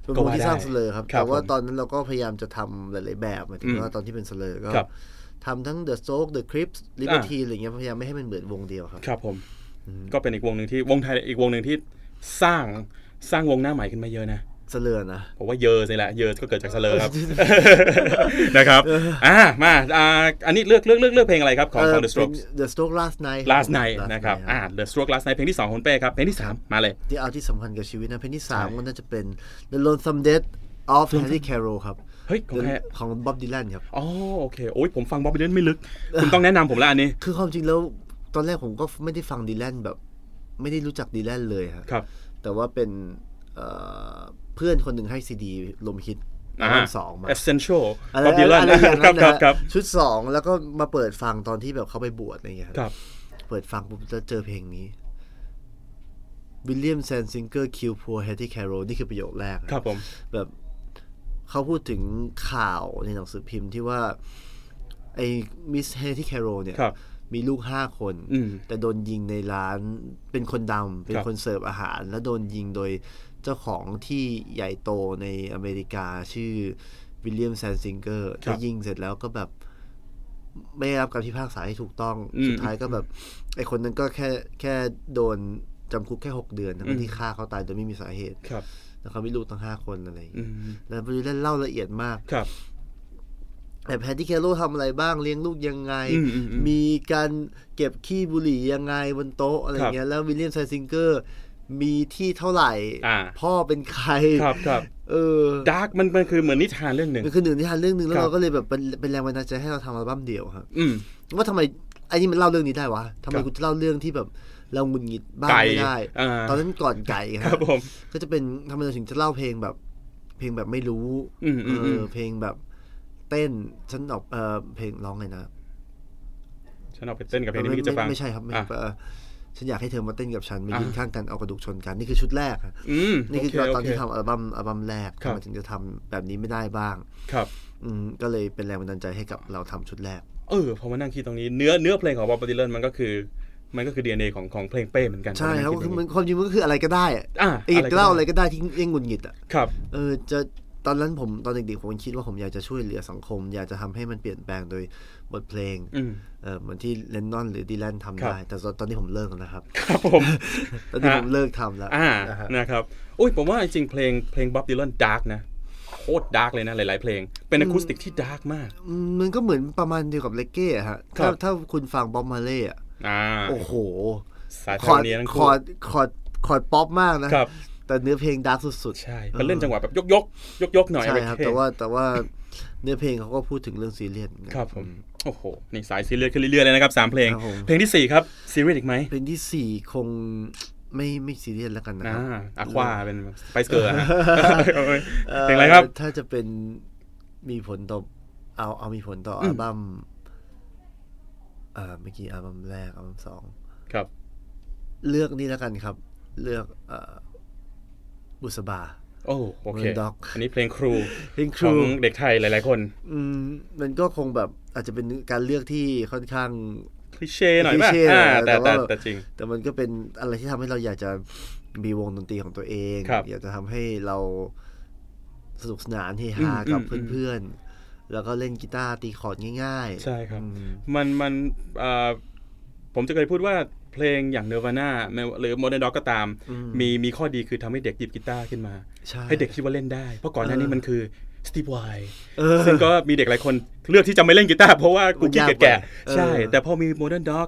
S3: เป็น
S2: ก็
S3: วง
S2: ว่า
S3: ที่
S2: ได้
S3: สร้างเสลอครับ
S2: ครับ
S3: แต่ว่า
S2: ผม
S3: ตอนนั้นเราก็พยายามจะทำหลาย ๆ แบบหมายถึง
S2: อืม
S3: ว่าตอนที่เป็นเสลอก็
S2: ครับ
S3: ทำทั้ง The Stoke The Crips Liberty อะไรเงี้ยพยายามไม่ให้มันเหมือนวงเดียวครับ
S2: ครับผม ก็เป็นอีกวงหนึ่งที่วงไทยอีกวงหนึ่งที่สร้างสร้างวงหน้าใหม่ขึ้นมาเยอะนะ
S3: เสลอนะ
S2: ผมว่าเยอะสิแหละ เยอะก็เกิดจากเสลอครับ [laughs] นะครับ อ่า มา อ่า อันนี้เลือกเลือกเลือกเลือกเพลงอะไรครับ ของของ The Strokes
S3: เป็น The Stroke Last Night
S2: Last Night
S3: Last
S2: นะครับ
S3: Night
S2: อ่า The Strokes Last Night เพลงที่สองของคุณเป้ครับ เพลงที่สามมาเลย
S3: ที่เอาที่สำคัญกับชีวิตนะเพลงที่ 3 ก็น่าจะเป็น The Lonesome Death of Harry Carroll ครับ
S2: เฮ้ยของแท้
S3: ของ Bob Dylan ครับ
S2: อ๋อโอเค โอ้ยผมฟังบ๊อบบี้เดนไม่ลึก คุณต้องแนะนำผมละอันนี้
S3: คือความจริงแล้วตอนแรกผมก็ไม่ได้ฟังดีแลนแบบ ไม่ได้รู้จักดีแลนเลยฮะ
S2: ครับ
S3: แต่ว่าเป็นเอ่อเพื่อนคนหนึ่งให้ซีดีลมฮิตอัลบั้มสองมา
S2: essential
S3: อะไร
S2: บ๊อบบี้เด
S3: อะไร
S2: น
S3: อย่าง
S2: ครั
S3: นั้
S2: บ
S3: น
S2: ค
S3: นะ
S2: รับ
S3: ฮะ
S2: ครับ
S3: ชุดสองแล้วก็มาเปิดฟังตอนที่แบบเขาไปบวชอะไรอย่างเงี้ย
S2: ครับ
S3: เปิดฟังปุ๊บแล้วเจอเพลงนี้วิลเลียมแซนซิงเกอร์คิวพัวแฮตตี้แคโรนี่คือประโยคแรกนะ
S2: ครับผม
S3: แบบเขาพูดถึงข่าวในหนังสือพิมพ์ที่ว่า ไอ้มิสเฮที่แคโรเนี่ย
S2: ครับ
S3: มีลูกห้าคน
S2: อืม
S3: แต่โดนยิงในร้านเป็นคนดำเป็น
S2: ครับ
S3: คนเสิร์ฟอาหาร แล้วโดนยิงโดยเจ้าของที่ใหญ่โตในอเมริกาชื่อวิลเลียมแซนซิงเกอร์
S2: ครับ
S3: ที่ยิงเสร็จแล้วก็แบบ ไม่ได้รับการพิพากษาที่ถูกต้อง
S2: อืม
S3: สุดท้ายก็แบบ ไอ้คนนั้นก็แค่แค่โดนจำคุกแค่หกเดือนทั้งที่ฆ่าเขาตายโดยไม่มีสาเหตุ
S2: ครับ
S3: แล้วเขามีลูกตั้งห้าคนอะไรอย่าง
S2: อื
S3: เงี้ย
S2: ม
S3: แล้วบริเล่นเล่าละเอียดมาก
S2: ครับ
S3: แต่แพทที่แคโรทำอะไรบ้างเลี้ยงลูกยังไง
S2: อืมอืมอืม
S3: มีการเก็บขี้บุหรี่ยังไงบนโต๊ะอะไร
S2: ครับ
S3: เงี้ย แล้ววิลเลียมไซซิงเกอร์มีที่เท่าไหร่
S2: อ่า
S3: พ่อเป็นใคร
S2: ครับครับ
S3: เออ
S2: ดาร์กมันมันคือเหมือนนิทานเรื่องหนึ่ง
S3: มันคือหนึ่งที่ทันเรื่องหนึ่งแล้ว
S2: ครับ
S3: เราก็เลยแบบเป็นเป็นแรงบันดาลใจให้เราทำอัลบั้มเดี่ยวครับ
S2: อืม
S3: ว่าทำไมไอ้นี่มันเล่าเรื่องนี้ได้วะทำไม
S2: ครับ
S3: กูจะเล่าเรื่องที่แบบเราหงุดหงิดบ้าง
S2: ไก่
S3: ไม่ได้
S2: อ่า
S3: ตอนนั้นก่อนไก่
S2: ค
S3: ฮะ
S2: รับผม
S3: ก็จะเป็นทำไมเราถึงจะเล่าเพลงแบบ เพลงแบบไม่รู้
S2: อืมอืม
S3: เออ
S2: ม
S3: อเพลงแบบเต้นฉันออกเออเพลงร้องไงนะ
S2: ฉันเอาไปเต้นกับเพลงที่เมื่อกี้จะฟัง
S3: ไม่ใช่ครับไม่
S2: อ่ะ
S3: เอ่อฉันอยากให้เธอมาเต้นกับฉันมา
S2: อ่ะ
S3: ยืนข้างกันเอากระดูกชนกันนี่คือชุดแรกอะ
S2: อืม
S3: นี่คือ
S2: โเ
S3: ตอนที่ทำอัลบั้มอัลบั้มแรก
S2: ครับ
S3: ทำไมถึงจะทำแบบนี้ไม่ได้บ้าง
S2: ครับ
S3: อืมก็เลยเป็นแรงบันดาลใจให้กับเราทำชุดแรก
S2: เออพอมานั่งคิดตรงนี้เนื้อเนื้อเพลงของบ๊อบบี้เลนมันก็คือ มันก็คือ DNA ของของเพลงเป้เหมือนกัน
S3: ใช่ครับ
S2: พอมานั่ง
S3: คื
S2: ดต
S3: อ
S2: ง
S3: มันความจริงมันก็คืออะไรก็ได้อะ
S2: อ่ะ
S3: ไอ้
S2: อะไรก็ได้
S3: เล่าอะไรก็ได้ที่ยังหงุดหงิดอ่ะ
S2: ครับ
S3: เออจะตอนนั้นผมตอนเด็กๆผมคิดว่าผมอยากจะช่วยเหลือสังคม อยากจะทำให้มันเปลี่ยนแปลงโดยบทเพลง
S2: อืม
S3: เออเหมือนที่เลนนอนหรือดีแลนทำ
S2: ครับ
S3: ได้ แต่ตอนนี้ผมเลิกแล้วนะครับ
S2: ครับผม
S3: ตอนนี้
S2: ฮะ
S3: ผมเลิกทำแล้ว
S2: อ่า
S3: นะฮะ
S2: นะครับอุ้ยผมว่าจริงๆเพลงเพลงบ๊อบดี l ลนดาร์กนะโคตรดาร์กเลยนะ หลาย ๆ เพลง เป็นอะคูสติกที่ดาร์กมาก
S3: อืมมันก็เหมือนประมาณเดียวกับเลกเก้อะฮะ
S2: ครั
S3: ถ้า
S2: บ
S3: ถ้าคุณฟังบ๊อบมาเล่อะ
S2: อ่า
S3: โอ้โห
S2: สาย
S3: ค
S2: ทา
S3: อง ร์ด
S2: นี้ทั้ง
S3: ค
S2: คู่
S3: อร์ดคอร์ดคอร์ดป๊อปมากนะ
S2: ครับ
S3: แต่เนื้อเพลงดาร์กสุดๆ
S2: ใช่มันเล่นจังหวะแบบยกยกยกยกๆหน่อย
S3: ใช่ครับ
S2: เอเท่
S3: แต่ว่าแต่ว่าเนื้อเพลงเขาก็พูดถึงเรื่องซีเรียสเหมือนกัน
S2: ครับผมโอ้โหนี่สายซีเรียสขึ้นเรื่อยๆเลยนะครับสามเพลง
S3: ครับผม
S2: เพลงที่สี่ครับซีเรียสอีกไหม
S3: เพลงที่สี่คงไม่ไม่ซีเรียสแล้วกันนะค
S2: อ่า
S3: รับ
S2: อะควาเป็นไปเกอร์เพลงอะไรครับ
S3: ถ้าจะเป็นมีผลต่อเอาเอามีผลต่ออัลบั้มเอ่อเมื่อกี้อัลบั้มแรกอัลบั้มสอง
S2: ครับ
S3: เลือกนี่แล้วกันครับ เลือกเอ่อบุษบา
S2: โอ้โอเค
S3: Moon Dog
S2: อันนี้เพลงครู
S3: เพลงค
S2: ข
S3: รู
S2: องเด็กไทยหลาย ๆ คน
S3: อืมมันก็คงแบบอาจจะเป็นการเลือกที่ค่อนข้าง
S2: คลิเช่หน่อยป่ะ
S3: cliché
S2: อ่า
S3: แต่
S2: แต่แต่
S3: ว่า
S2: แต่จริง
S3: แต่มันก็เป็นอะไรที่ทำให้เราอยากจะมีวงดนตรีของตัวเอง
S2: ครับ
S3: อยากจะทำให้เราสนุกสนานเฮฮากับ
S2: อืมอืม
S3: เพื่อนๆ แล้วก็เล่นกีตาร์ตีคอร์ดง่ายๆ
S2: ใช่ครับ
S3: อืม
S2: มันมันเอ่อผมจะเคยพูดว่าเพลงอย่างเนวาน่าหรือโมเดิร์นด็อกก็ตาม มีมีข้อดีคือทำให้เด็กหยิบกีตาร์ขึ้นมา
S3: ใช่
S2: ให้เด็กคิดว่าเล่นได้ เพราะก่อนหน้านี้มันคือสตี e ไว
S3: เออ
S2: ซึ่งก็มีเด็กหลายคนเลือกที่จะไม่เล่นกีตาร์เพราะว่ากูขี้เกียจแก่
S3: มันยากไป
S2: ใช่
S3: เออ
S2: แต่พอมีโมเดิร์นด็อก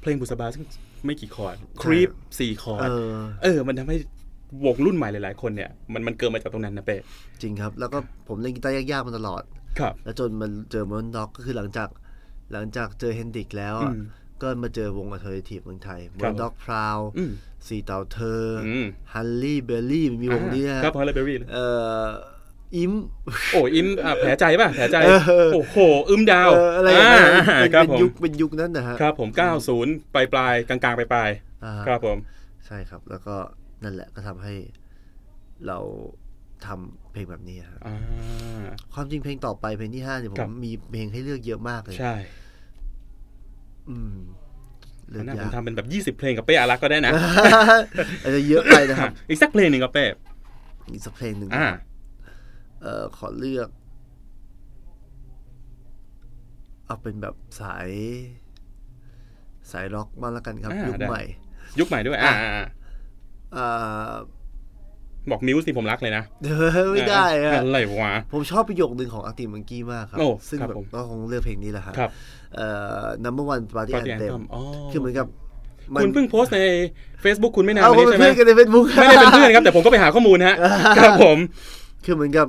S2: เพลงบุษบาซึ่งไม่กี่คอร์ดครีปสี่คอร์ด
S3: เออ
S2: เออ มันทำให้วงรุ่นใหม่หลาย ๆ คนเนี่ยมันมันเกิดมาจากตรงนั้นนะเป้
S3: จริงครับ แล้วก็ผมเล่นกีตาร์ยากๆมาตลอด
S2: ครับ
S3: แล้วจนมันเจอมอนด็อกก็คือหลังจาก หลังจากเจอเฮนดริกแล้วอะ
S2: อืม
S3: ก็มาเจอวงอัลเทอร์เนทีฟเมืองไทย
S2: ครับ
S3: เ n ด็อกพราว
S2: อืม
S3: สีเต่าเธออ
S2: ม
S3: ฮันลี่เบลลี่มีวงนี้นะครับ
S2: พอลเลเบอรี่
S3: เอ่ออิม
S2: โอ้อิมอ่ะแผลใจป่ะแผลใจ
S3: เออ
S2: โอ้โหอึมดาว
S3: เอ่ออะไรอย่างเงี้ย
S2: อ่า
S3: เป็น
S2: ครับ
S3: เป็น
S2: ผม
S3: ยุคเป็นยุคนั้นนะฮะ
S2: ครับผม 90 ปลายปลายๆกลางๆปลายปลายๆ
S3: อ่าฮะ
S2: ครับผม
S3: ใช่ครับ แล้วก็นั่นแหละก็ทำให้เราทำเพลงแบบนี้ฮะ
S2: อ่า
S3: ความจริงเพลงต่อไปเพลงที่ห้าเนี่ยผ
S2: ครั
S3: ม
S2: บ
S3: มีเพลงให้เลือกเยอะมากเลย
S2: ใช่
S3: อืมเลือ
S2: น่าย
S3: กา
S2: ผม
S3: ก
S2: ทำเป็นแบบ 20 เพลงกับเป้อารักษ์ก็ได้นะ
S3: อาจจะเยอะไปนะครับ
S2: อีกสักเพลงหนึ่งกับเป้
S3: อีกสักเพลงหนึ่ง
S2: อ่า
S3: เอ่อขอเลือก เอาเป็นแบบสาย สายล็อกมางแล้วกันครับ
S2: อ่ายุ
S3: ยุค
S2: ได้
S3: ใหม่
S2: ยุคใหม่ด้วย อ่าอ่า
S3: อ่า
S2: บอกมิวสิผมรักเลยนะ
S3: เดี๋ยวไม่ได้
S2: อ่า
S3: อะ
S2: อะไรวะ
S3: ผมชอบประโยคหนึ่งของอาร์ติมังกี้มากครับ
S2: โอ้
S3: ซึ่ง
S2: ครับ
S3: แบบ
S2: ผม
S3: ก็คงเลือกเพลงนี้แหละฮะ
S2: ครับ
S3: เอ่อ number one party
S2: ปา
S3: a
S2: ร์ตี้
S3: n
S2: แอน
S3: t h e
S2: ท
S3: m
S2: มอ๋อ
S3: คือเหมือนกับ
S2: คุณเพิ่งโพสต์ใน Facebook คุณไม่นาน
S3: เอา
S2: มา
S3: คน
S2: นี้ใช่ไหม
S3: เป็นเพื่อนกันในเฟซบุ๊ก
S2: ไม่ได้เป็นเพื่อนครับแต่ผมก็ไปหาข้อมูลฮะ ครับผม
S3: [laughs] คือเหมือนกับ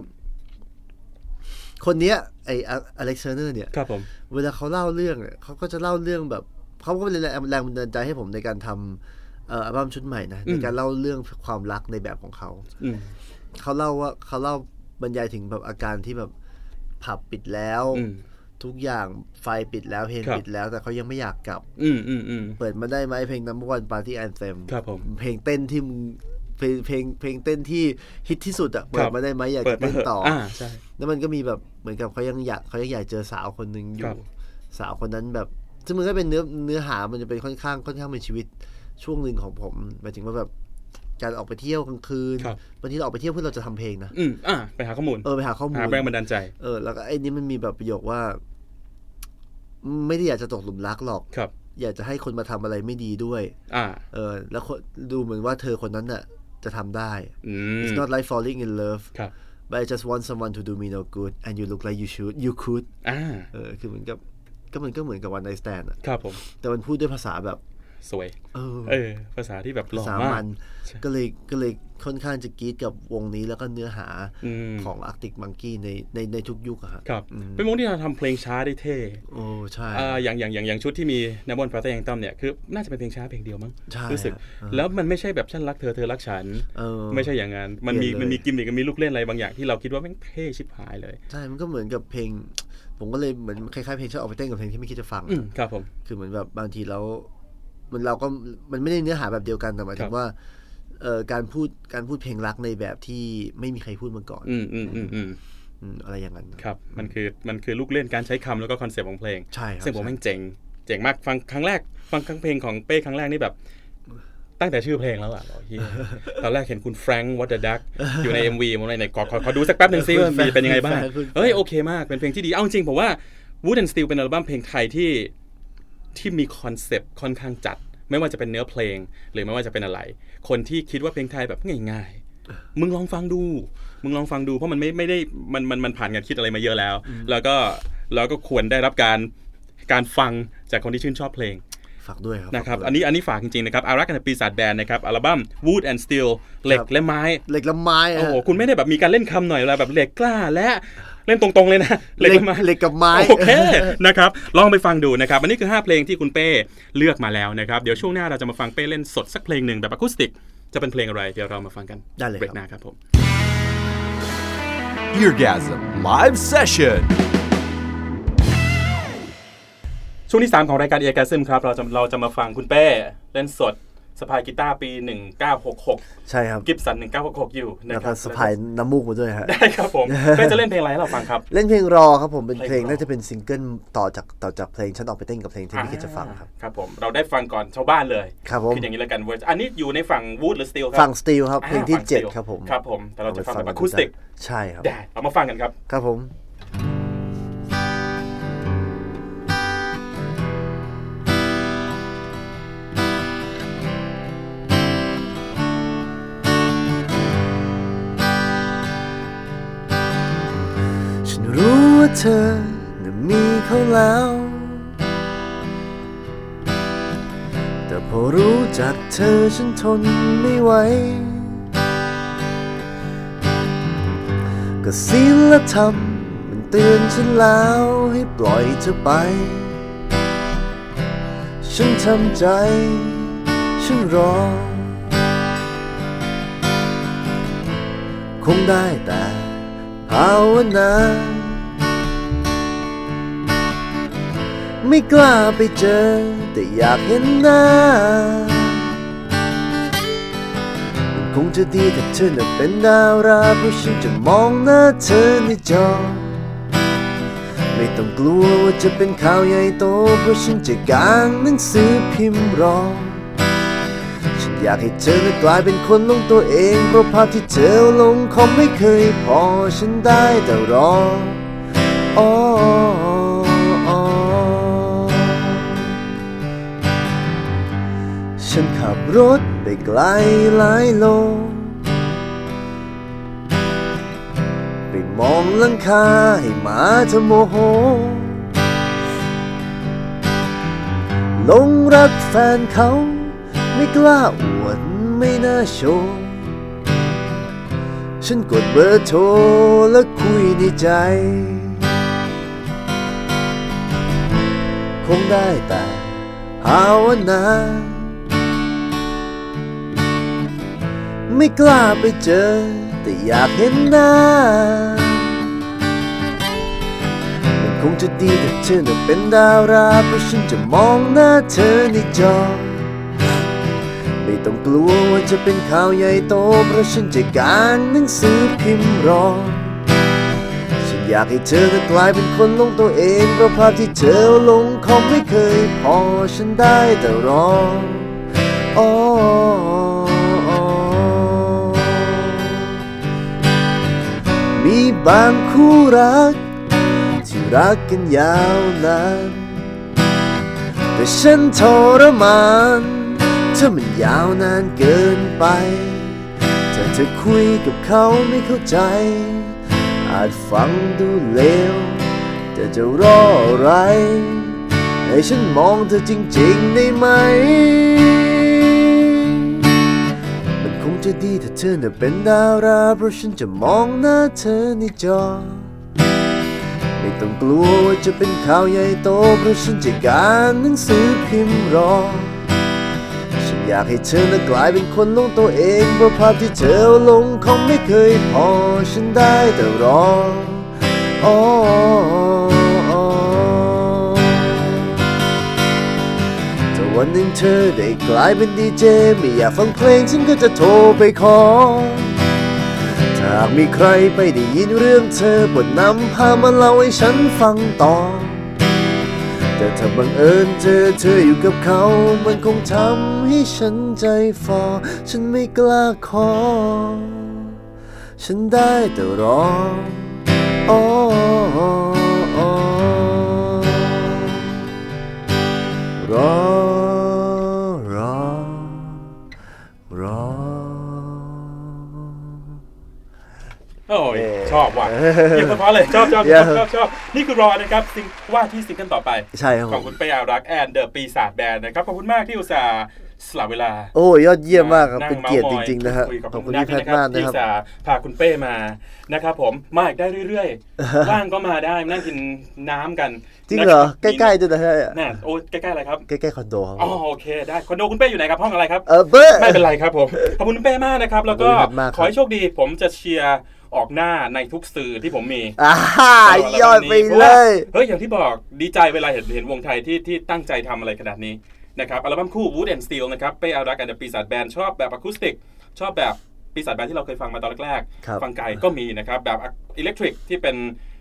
S3: คนเนี้ยไออเล็กซานเดอร์เนี่ย
S2: ครับผม
S3: เวลาเขาเล่าเรื่องเนี่ยเขาก็จะเล่าเรื่องแบบเขาก็เป็นแรงแรงบันดาลใจให้ผมในการทำเอ่ออัลบั้มชุดใหม่นะในการเล่าเรื่องความรักในแบบของเขา
S2: อืม
S3: เขาเล่าว่าเขาเล่าบรรยายถึงแบบอาการที่แบบผับปิดแล้ว
S2: อืม
S3: ทุกอย่างไฟปิดแล้วเพลง
S2: ครับ
S3: ปิดแล้ว แต่เขายังไม่อยากกลับ
S2: อืมอืมอืม
S3: เปิดมาได้ไหมเพลง number one party anthem
S2: ครับผม
S3: เพลงเต้นที่มึงเพลงเพลงเพลงเต้นที่ฮิตที่สุดอะเปิ
S2: ค
S3: ด
S2: รับ
S3: มาได้ไหมอยาก
S2: เปิดมา
S3: เต้น
S2: เถอะ
S3: ต่ออ
S2: อ่าใช่
S3: แล้วมันก็มีแบบเหมือนกับเขายังอยากเขายังอยากเจอสาวคนหนึ่งอ
S2: ค
S3: ยู่
S2: รับ
S3: สาวคนนั้นแบบ ซึ่งมันก็เป็นเนื้อเนื้อหามันจะเป็นค่อนข้างค่อนข้างเป็นชีวิตช่วงหนึ่งของผมหมายถึงว่าแบบการออกไปเที่ยวกลางคืน
S2: ครับ
S3: บางทีเราออกไปเที่ยวเพื่อเราจะทำเพลงนะ
S2: อืมอ่าไปหาข้อมูล
S3: เออไปหาข้อมูล
S2: หาแรงบันดาลใจ
S3: เออแล้วก็ไอ้นี่มันมีแบบประโยคว่า ไม่ได้อยากจะตกหลุมรักหรอก
S2: ครับ
S3: อยากจะให้คนมาทำอะไรไม่ดีด้วย
S2: อ่า
S3: เออ แล้วคนดูเหมือนว่าเธอคนนั้นน่ะ จะทำได้
S2: อืม
S3: it's not like falling in love
S2: ครับ
S3: but I just want someone to do me no good and you look like you should you could
S2: อ่า
S3: เออคือเหมือนกับ ก็มันก็เหมือนกับ one night stand อะ
S2: ครับผม
S3: แต่มันพูดด้วยภาษาแบบ
S2: สวย
S3: เออ
S2: เออ ภาษาที่แบบหล่อ
S3: สา
S2: มา
S3: มั
S2: ก
S3: ญก็เลยก็เลยค่อนข้างจะกรีดกับวงนี้แล้วก็เนื้อหา
S2: อืม
S3: ของ Arctic Monkey ในในในทุกยุคอะฮะ
S2: ครับ เป็นวงที่ทำเพลงช้าได้เท่
S3: โอ้ใช่
S2: อ่าอย่างอย่างอย่างอย่างชุดที่มีนบอนพระตยังตั้มเนี่ย คือ น่าจะเป็นเพลงช้าเพลงเดียวมั้ง
S3: ใช่
S2: รู้สึก
S3: อ่า
S2: แล้วมันไม่ใช่แบบฉันรักเธอเธอรักฉัน
S3: เออ
S2: ไม่ใช่อย่างนั้น มันมี
S3: เปลี่ย
S2: มัน
S3: นเลย
S2: มีกิมมิคมันมีลูกเล่นอะไรบางอย่างที่เราคิดว่าแม่งเท่ชิบหายเลย
S3: ใช่ มันก็เหมือนกับเพลง ผมก็เลยเหมือนคล้ายๆเพลงชอบเอาไปเต้นกับเพลงที่ไม่คิดจะฟัง
S2: อืม ครับผม
S3: คือเหมือนแบบบางทีแล้วมันเราก็มันไม่ได้เนื้อหาแบบเดียวกันแต่หมายถึ
S2: ครั
S3: ง
S2: บ
S3: ว่าเอ่อการพูดการพูดเพลงรักในแบบที่ไม่มีใครพูดมาก่อน
S2: อืมอืมอืมอืม
S3: อืมอะไรอย่างนั้น
S2: ครับ มันคือ มันคือลูกเล่นการใช้คำแล้วก็คอนเซปต์ของเพลง
S3: ใช่ครับ
S2: ซึ่งผม
S3: ใช่
S2: แม่งเจ๋ง เจ๋งมาก ฟังครั้งแรก ฟังครั้งเพลงของเป้ครั้งแรกนี่แบบ ตั้งแต่ชื่อเพลงแล้วอ่ะโอ้ยเหี้ยตอนแรกเห็นคุณแฟรงค์วัตเดอร์ดักอยู่ใน MV ผมเลยไหนขอขอขอดูสักแป๊บหนึ่ง [laughs] ซิว่ามันเป็นยังไงบ้าง เอ้ยโอเคมาก เป็นเพลงที่ดี เอาจริงๆผมว่า Wood and Steel เป็นอัลบั้มเพลงไทยที่ ที่มีคอนเซปต์ค่อนข้างจัด ไม่ว่าจะเป็นเนื้อเพลง หรือไม่ว่าจะเป็นอะไร คนที่คิดว่าเพลงไทยแบบง่ายๆ มึงลองฟังดู มึงลองฟังดูเพราะมันไม่ไม่ได้มันมันมันผ่านการคิดอะไรมาเยอะแล้ว แล้วก็แล้วก็ควรได้รับการการฟังจากคนที่ชื่นชอบเพลง
S3: ฝากด้วยครับ
S2: นะครับ
S3: ฝากด้วย
S2: อันนี้อันนี้ฝากจริงๆนะครับอารักกันปีศาจแบนนะครับอัลบั้ม Wood and Steel เหล็กและไม้
S3: เหล็กละไม้
S2: โอ้
S3: อะ
S2: โหคุณไม่ได้แบบมีการเล่นคำหน่อยอะไรแบบเหล็กกล้าและเล่นตรงๆเลยนะ
S3: เหล็ก
S2: ละไม้
S3: เหล็กกับไม้
S2: โอเค นะครับ ลองไปฟังดูนะครับ อันนี้คือ 5 เพลงที่คุณเป้เลือกมาแล้วนะครับ เดี๋ยวช่วงหน้าเราจะมาฟังเป้เล่นสดสักเพลงหนึ่งแบบอะคูสติก จะเป็นเพลงอะไร เดี๋ยวเรามาฟังกัน
S3: ได้เลยครับ
S2: เบรกหน้าครับผม
S1: Eargasm Live Session.
S2: ช่วงที่ 3 ของรายการเอ r กซึมครับ เราจะเราจะมาฟังคุณเป้เล่นสดสะพายกีตาร์ปี 1966
S3: ใช่ครับ
S2: กิบสัน 1966 อยู่นะ
S3: แล้ว
S2: ค
S3: ก็
S2: รับ
S3: สะพายน้ำมูกมาด้วยฮะ
S2: ได้ครับ
S3: [laughs]
S2: ผม เป้จะเล่นเพลงอะไรให้เราฟังครับ
S3: เล่นเพลงรอครับผมเป็นเพลงน่าจะเป็นซิงเกิลต่อจากต่อจากเพลงฉันออกไปเต้นกับเพลงที่ไม่คิดจะฟังครับ
S2: อ่าครับผม เราได้ฟังก่อนชาวบ้านเลย
S3: ครับผม
S2: คืออย่างนี้แล้วกันเวอร์อันนี้อยู่ในฝั่งวูดหรือสตีลครั
S3: ฟังสตีลครับ
S2: อ่า
S3: เพลงที่
S2: ฝั่
S3: เจ็ด
S2: Steel
S3: ครับผม
S2: ครับผม แต่เราจะฟังแบบ
S3: ไป
S2: อะคูสติก
S3: ใช่ครับ
S2: ได้เรามาฟังกันครับ
S3: ครับผม ฉันรู้ว่าเธอน่ะมีเขาแล้ว แต่พอรู้จักเธอฉันทนไม่ไหว ก็ศีลธรรมมันเตือนฉันแล้วให้ปล่อยเธอไป ฉ ฉันทำใจ ฉันรอ คงได้แต่ภาวนา ไม่กล้าไปเจอ แต่อยากเห็นหน้า มันคงจะดีถ้าเธอน่ะเป็นดาราเพราะฉันจะมองหน้าเธอในจอ ไม่ต้องกลัวว่าจะเป็นข่าวใหญ่โตเพราะฉันจะกางหนังสือพิมพ์รอง ฉันอยากให้เธอนั้นกลายเป็นคนลงตัวเองเพราะภาพที่เธอลงคงไม่เคยพอฉันได้แต่รออ้ออ้อฉันขับรถไปไกลหลายโล ไปมองหลังคาให้หมาเธอโมโห หลงรักแฟนเขา ไม่กล้าอวดไม่น่าโชว์ฉันกดเบอร์โทรและคุยในใจ คงได้แต่ภาวนา ไม่กล้าไปเจอ แต่อยากเห็นหน้า มันคงจะดีถ้าเธอน่ะเป็นดาราเพราะฉันจะมองหน้าเธอในจอ ไม่ต้องกลัวว่าจะเป็นข่าวใหญ่โตเพราะฉันจะการหนังสือพิมพ์รอ ฉันอยากให้เธอนั้นกลายเป็นคนลงตัวเองเพราะภาพที่เธอลงเขาไม่เคยพอฉันได้แต่รออ้ออ้อมีบางคู่รัก ที่รักกันยาวนานแต่ฉันทรมานถ้ามันยาวนานเกินไป ถ้าเธอคุยกับเขาไม่เข้าใจ อาจฟังดูเลว แต่จะรออะไร ให้ฉันมองเธอจริงๆได้ไหม มันคงจะดีถ้าเธอน่ะเป็นดาราเพราะฉันจะมองหน้าเธอในจอ ไม่ต้องกลัวว่าจะเป็นข่าวใหญ่โตเพราะฉันจะการหนังสือพิมพ์รอ ฉันอยากให้เธอนั้นกลายเป็นคนลงตัวเองเพราะภาพที่เธอลงคงไม่เคยพอฉันได้แต่รออ้ออ้อถ้าวันหนึ่งเธอได้กลายเป็นดีเจไม่อยากฟังเพลงฉันก็จะโทรไปขอ หากมีใครไปได้ยินเรื่องเธอบทนำพามาเล่าให้ฉันฟังต่อ แต่ถ้าบังเอิญเจอเธออยู่กับเขา มันคงทำให้ฉันใจฟอ ฉันไม่กล้าขอ ฉันได้แต่รออ้ออ้อรอรอ รอ
S2: โอ้ยชอบว่ะเยี่ยมเพราะๆเลยชอบชอบชอบชอบชอบนี่คือรอนะครับซิงว่าที่ซิงเกิลต่อไป
S3: ใช่ครับ
S2: ข
S3: ผ
S2: อง
S3: ม
S2: คุณเปอารักษ์แอนเดอะปีศาจแบนด์นะครับ ขอบคุณมากที่อุตส่าห์สละเวลา
S3: โอ้ยยอดเยี่ยมมากครับ
S2: ง
S3: เป็นเกียรติจ
S2: มาส์มอย
S3: ริง ๆ นะฮะ
S2: ยกั
S3: ขอบคุณพี่แพทย์มากนะ
S2: ที่
S3: ค
S2: อุ
S3: รับ
S2: ตส่าห์พาคุณเป้มานะครับผมมาอีกได้เรื่อย
S3: [laughs]
S2: ๆว่างก็มาได้มานั่งกินน้ำกัน
S3: จริงเหรอ ใก
S2: นะค
S3: ล้
S2: บ
S3: ๆ ด้วยนะฮะ
S2: น่ะโอ้ยใกล้ๆอะไรครับ
S3: ใกล้ ๆ คอนโดครับผ
S2: อ๋อ
S3: ม
S2: โอเคได้คอนโดคุณเป้อยู่ไหนครับห้องอะไรครับ
S3: เออเบ้อ
S2: ไม่เป็นไรครับผมขอบคุณคุณเป้มากนะครับ แล้วก็
S3: ขอบคุณมากครับ
S2: ขอให้โชคดี ผมจะเชียร์ออกหน้าในทุกสื่อที่ผมมี
S3: อ่าฮ่า
S2: ตลดระ
S3: ย
S2: ดั
S3: อบ ดไป
S2: นี้พราะ
S3: เล
S2: ว่าย เฮ้ย อย่างที่บอกดีใจเวลาเห็นเห็นวงไทยที่ที่ตั้งใจทำอะไรขนาดนี้นะครับอัลบั้มคู่ Wood and Steel นะครับเป้อารักกับปีศาจแบนชอบแบบอะคูสติก ชอบแบบปีศาจแบนที่เราเคยฟังมาตอนแรก
S3: ครับ
S2: ฟังไกลก็มีนะครับ แบบอิเล็กทริกที่เป็น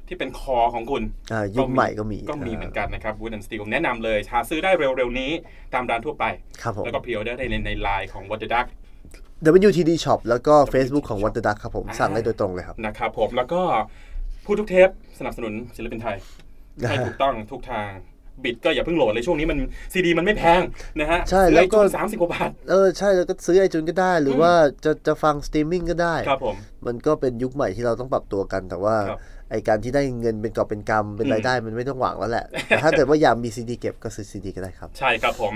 S2: ที่เป็นคอของคุณ
S3: อ่ายุคใหม่ก็มี
S2: ก็มีเหมือนกันนะครับ Wood and Steel แนะนำเลยหาซื้อได้เร็วๆนี้ตามร้านทั่วไป
S3: ครับผม
S2: แล้วก็พรีออเดอร์ได้ในในไลน์ของ What the Duck
S3: WTD Shop แล้วก็ Facebook ของ What the Duck ครับผม สั่งได้โดยตรงเลยครับ
S2: นะครับผมแล้วก็พูดทุกเทปสนับสนุนศิลปินไทย ให้ถูกต้องทุกทางบิดก็อย่าเพิ่งโหลดเลยช่วงนี้มันซีดีมันไม่แพงนะฮะ
S3: ใช่แล้วก็
S2: สามสิบกว่าบาท
S3: เออ ใช่แล้วก็ซื้อไอจูนก็ได้ หรือว่าจะจะฟังสตรีมมิ่งก็ได้
S2: ครับผม
S3: มันก็เป็นยุคใหม่ที่เราต้องปรับตัวกัน แต่ว่า
S2: ครับ
S3: ไอการที่ได้เงินเป็นกอบเป็นกำเป็นรายได้มันไม่ต้องหวังแล้วแหละแต่ถ้าเกิดว่าอยากมีซีดีเก็บก็ซื้อซีดีก็ได้ครับ
S2: ใช่ครับผม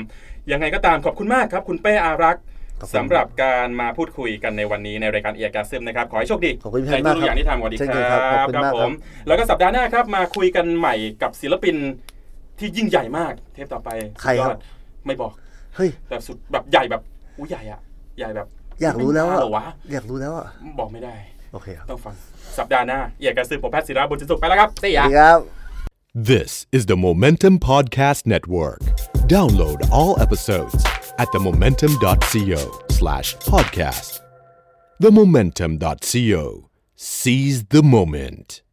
S2: ยังไงก็ตามขอบคุณมากครับ คุณเป้อารักษ์
S3: ขอบคุณ
S2: สำหรับการมาพูดคุยกันในวันนี้ในรายการเอียกาซึมนะครับ ขอให้โชคดี
S3: ขอบคุณพี่
S2: ใน
S3: แพทย์มาก
S2: ทุกๆอย่าง
S3: ครับ
S2: ที่ทำสวัสดี
S3: เช่นกันครับขอบคุณมาก
S2: ผ
S3: ครั
S2: ม
S3: บ
S2: แล้วก็สัปดาห์หน้าครับมาคุยกันใหม่กับศิลปินที่ยิ่งใหญ่มาก เทปต่อไป
S3: ใครครั
S2: สุ
S3: บ
S2: ดยอด ไม่บอก
S3: เฮ้ย
S2: แต่สุดแบบใหญ่แบบอู้ใหญ่อะใหญ่แบบ
S3: อยากรู้แล้ว
S2: ไม่
S3: อะ
S2: น่เหรอวะ
S3: อยากรู้แล้วอะ
S2: บอกไม่ได้
S3: โอเคครับ
S2: ต้องฟัง สัปดาห์หน้าเอียกกระสือผมแพทย์ศิราบุญจิตสุขไปแล้วครับเสี
S3: ส
S2: ย
S3: วัสดีครับ
S1: This is the Momentum Podcast Network. Download all episodes at themomentum.co slash podcast. Themomentum.co. Seize the moment.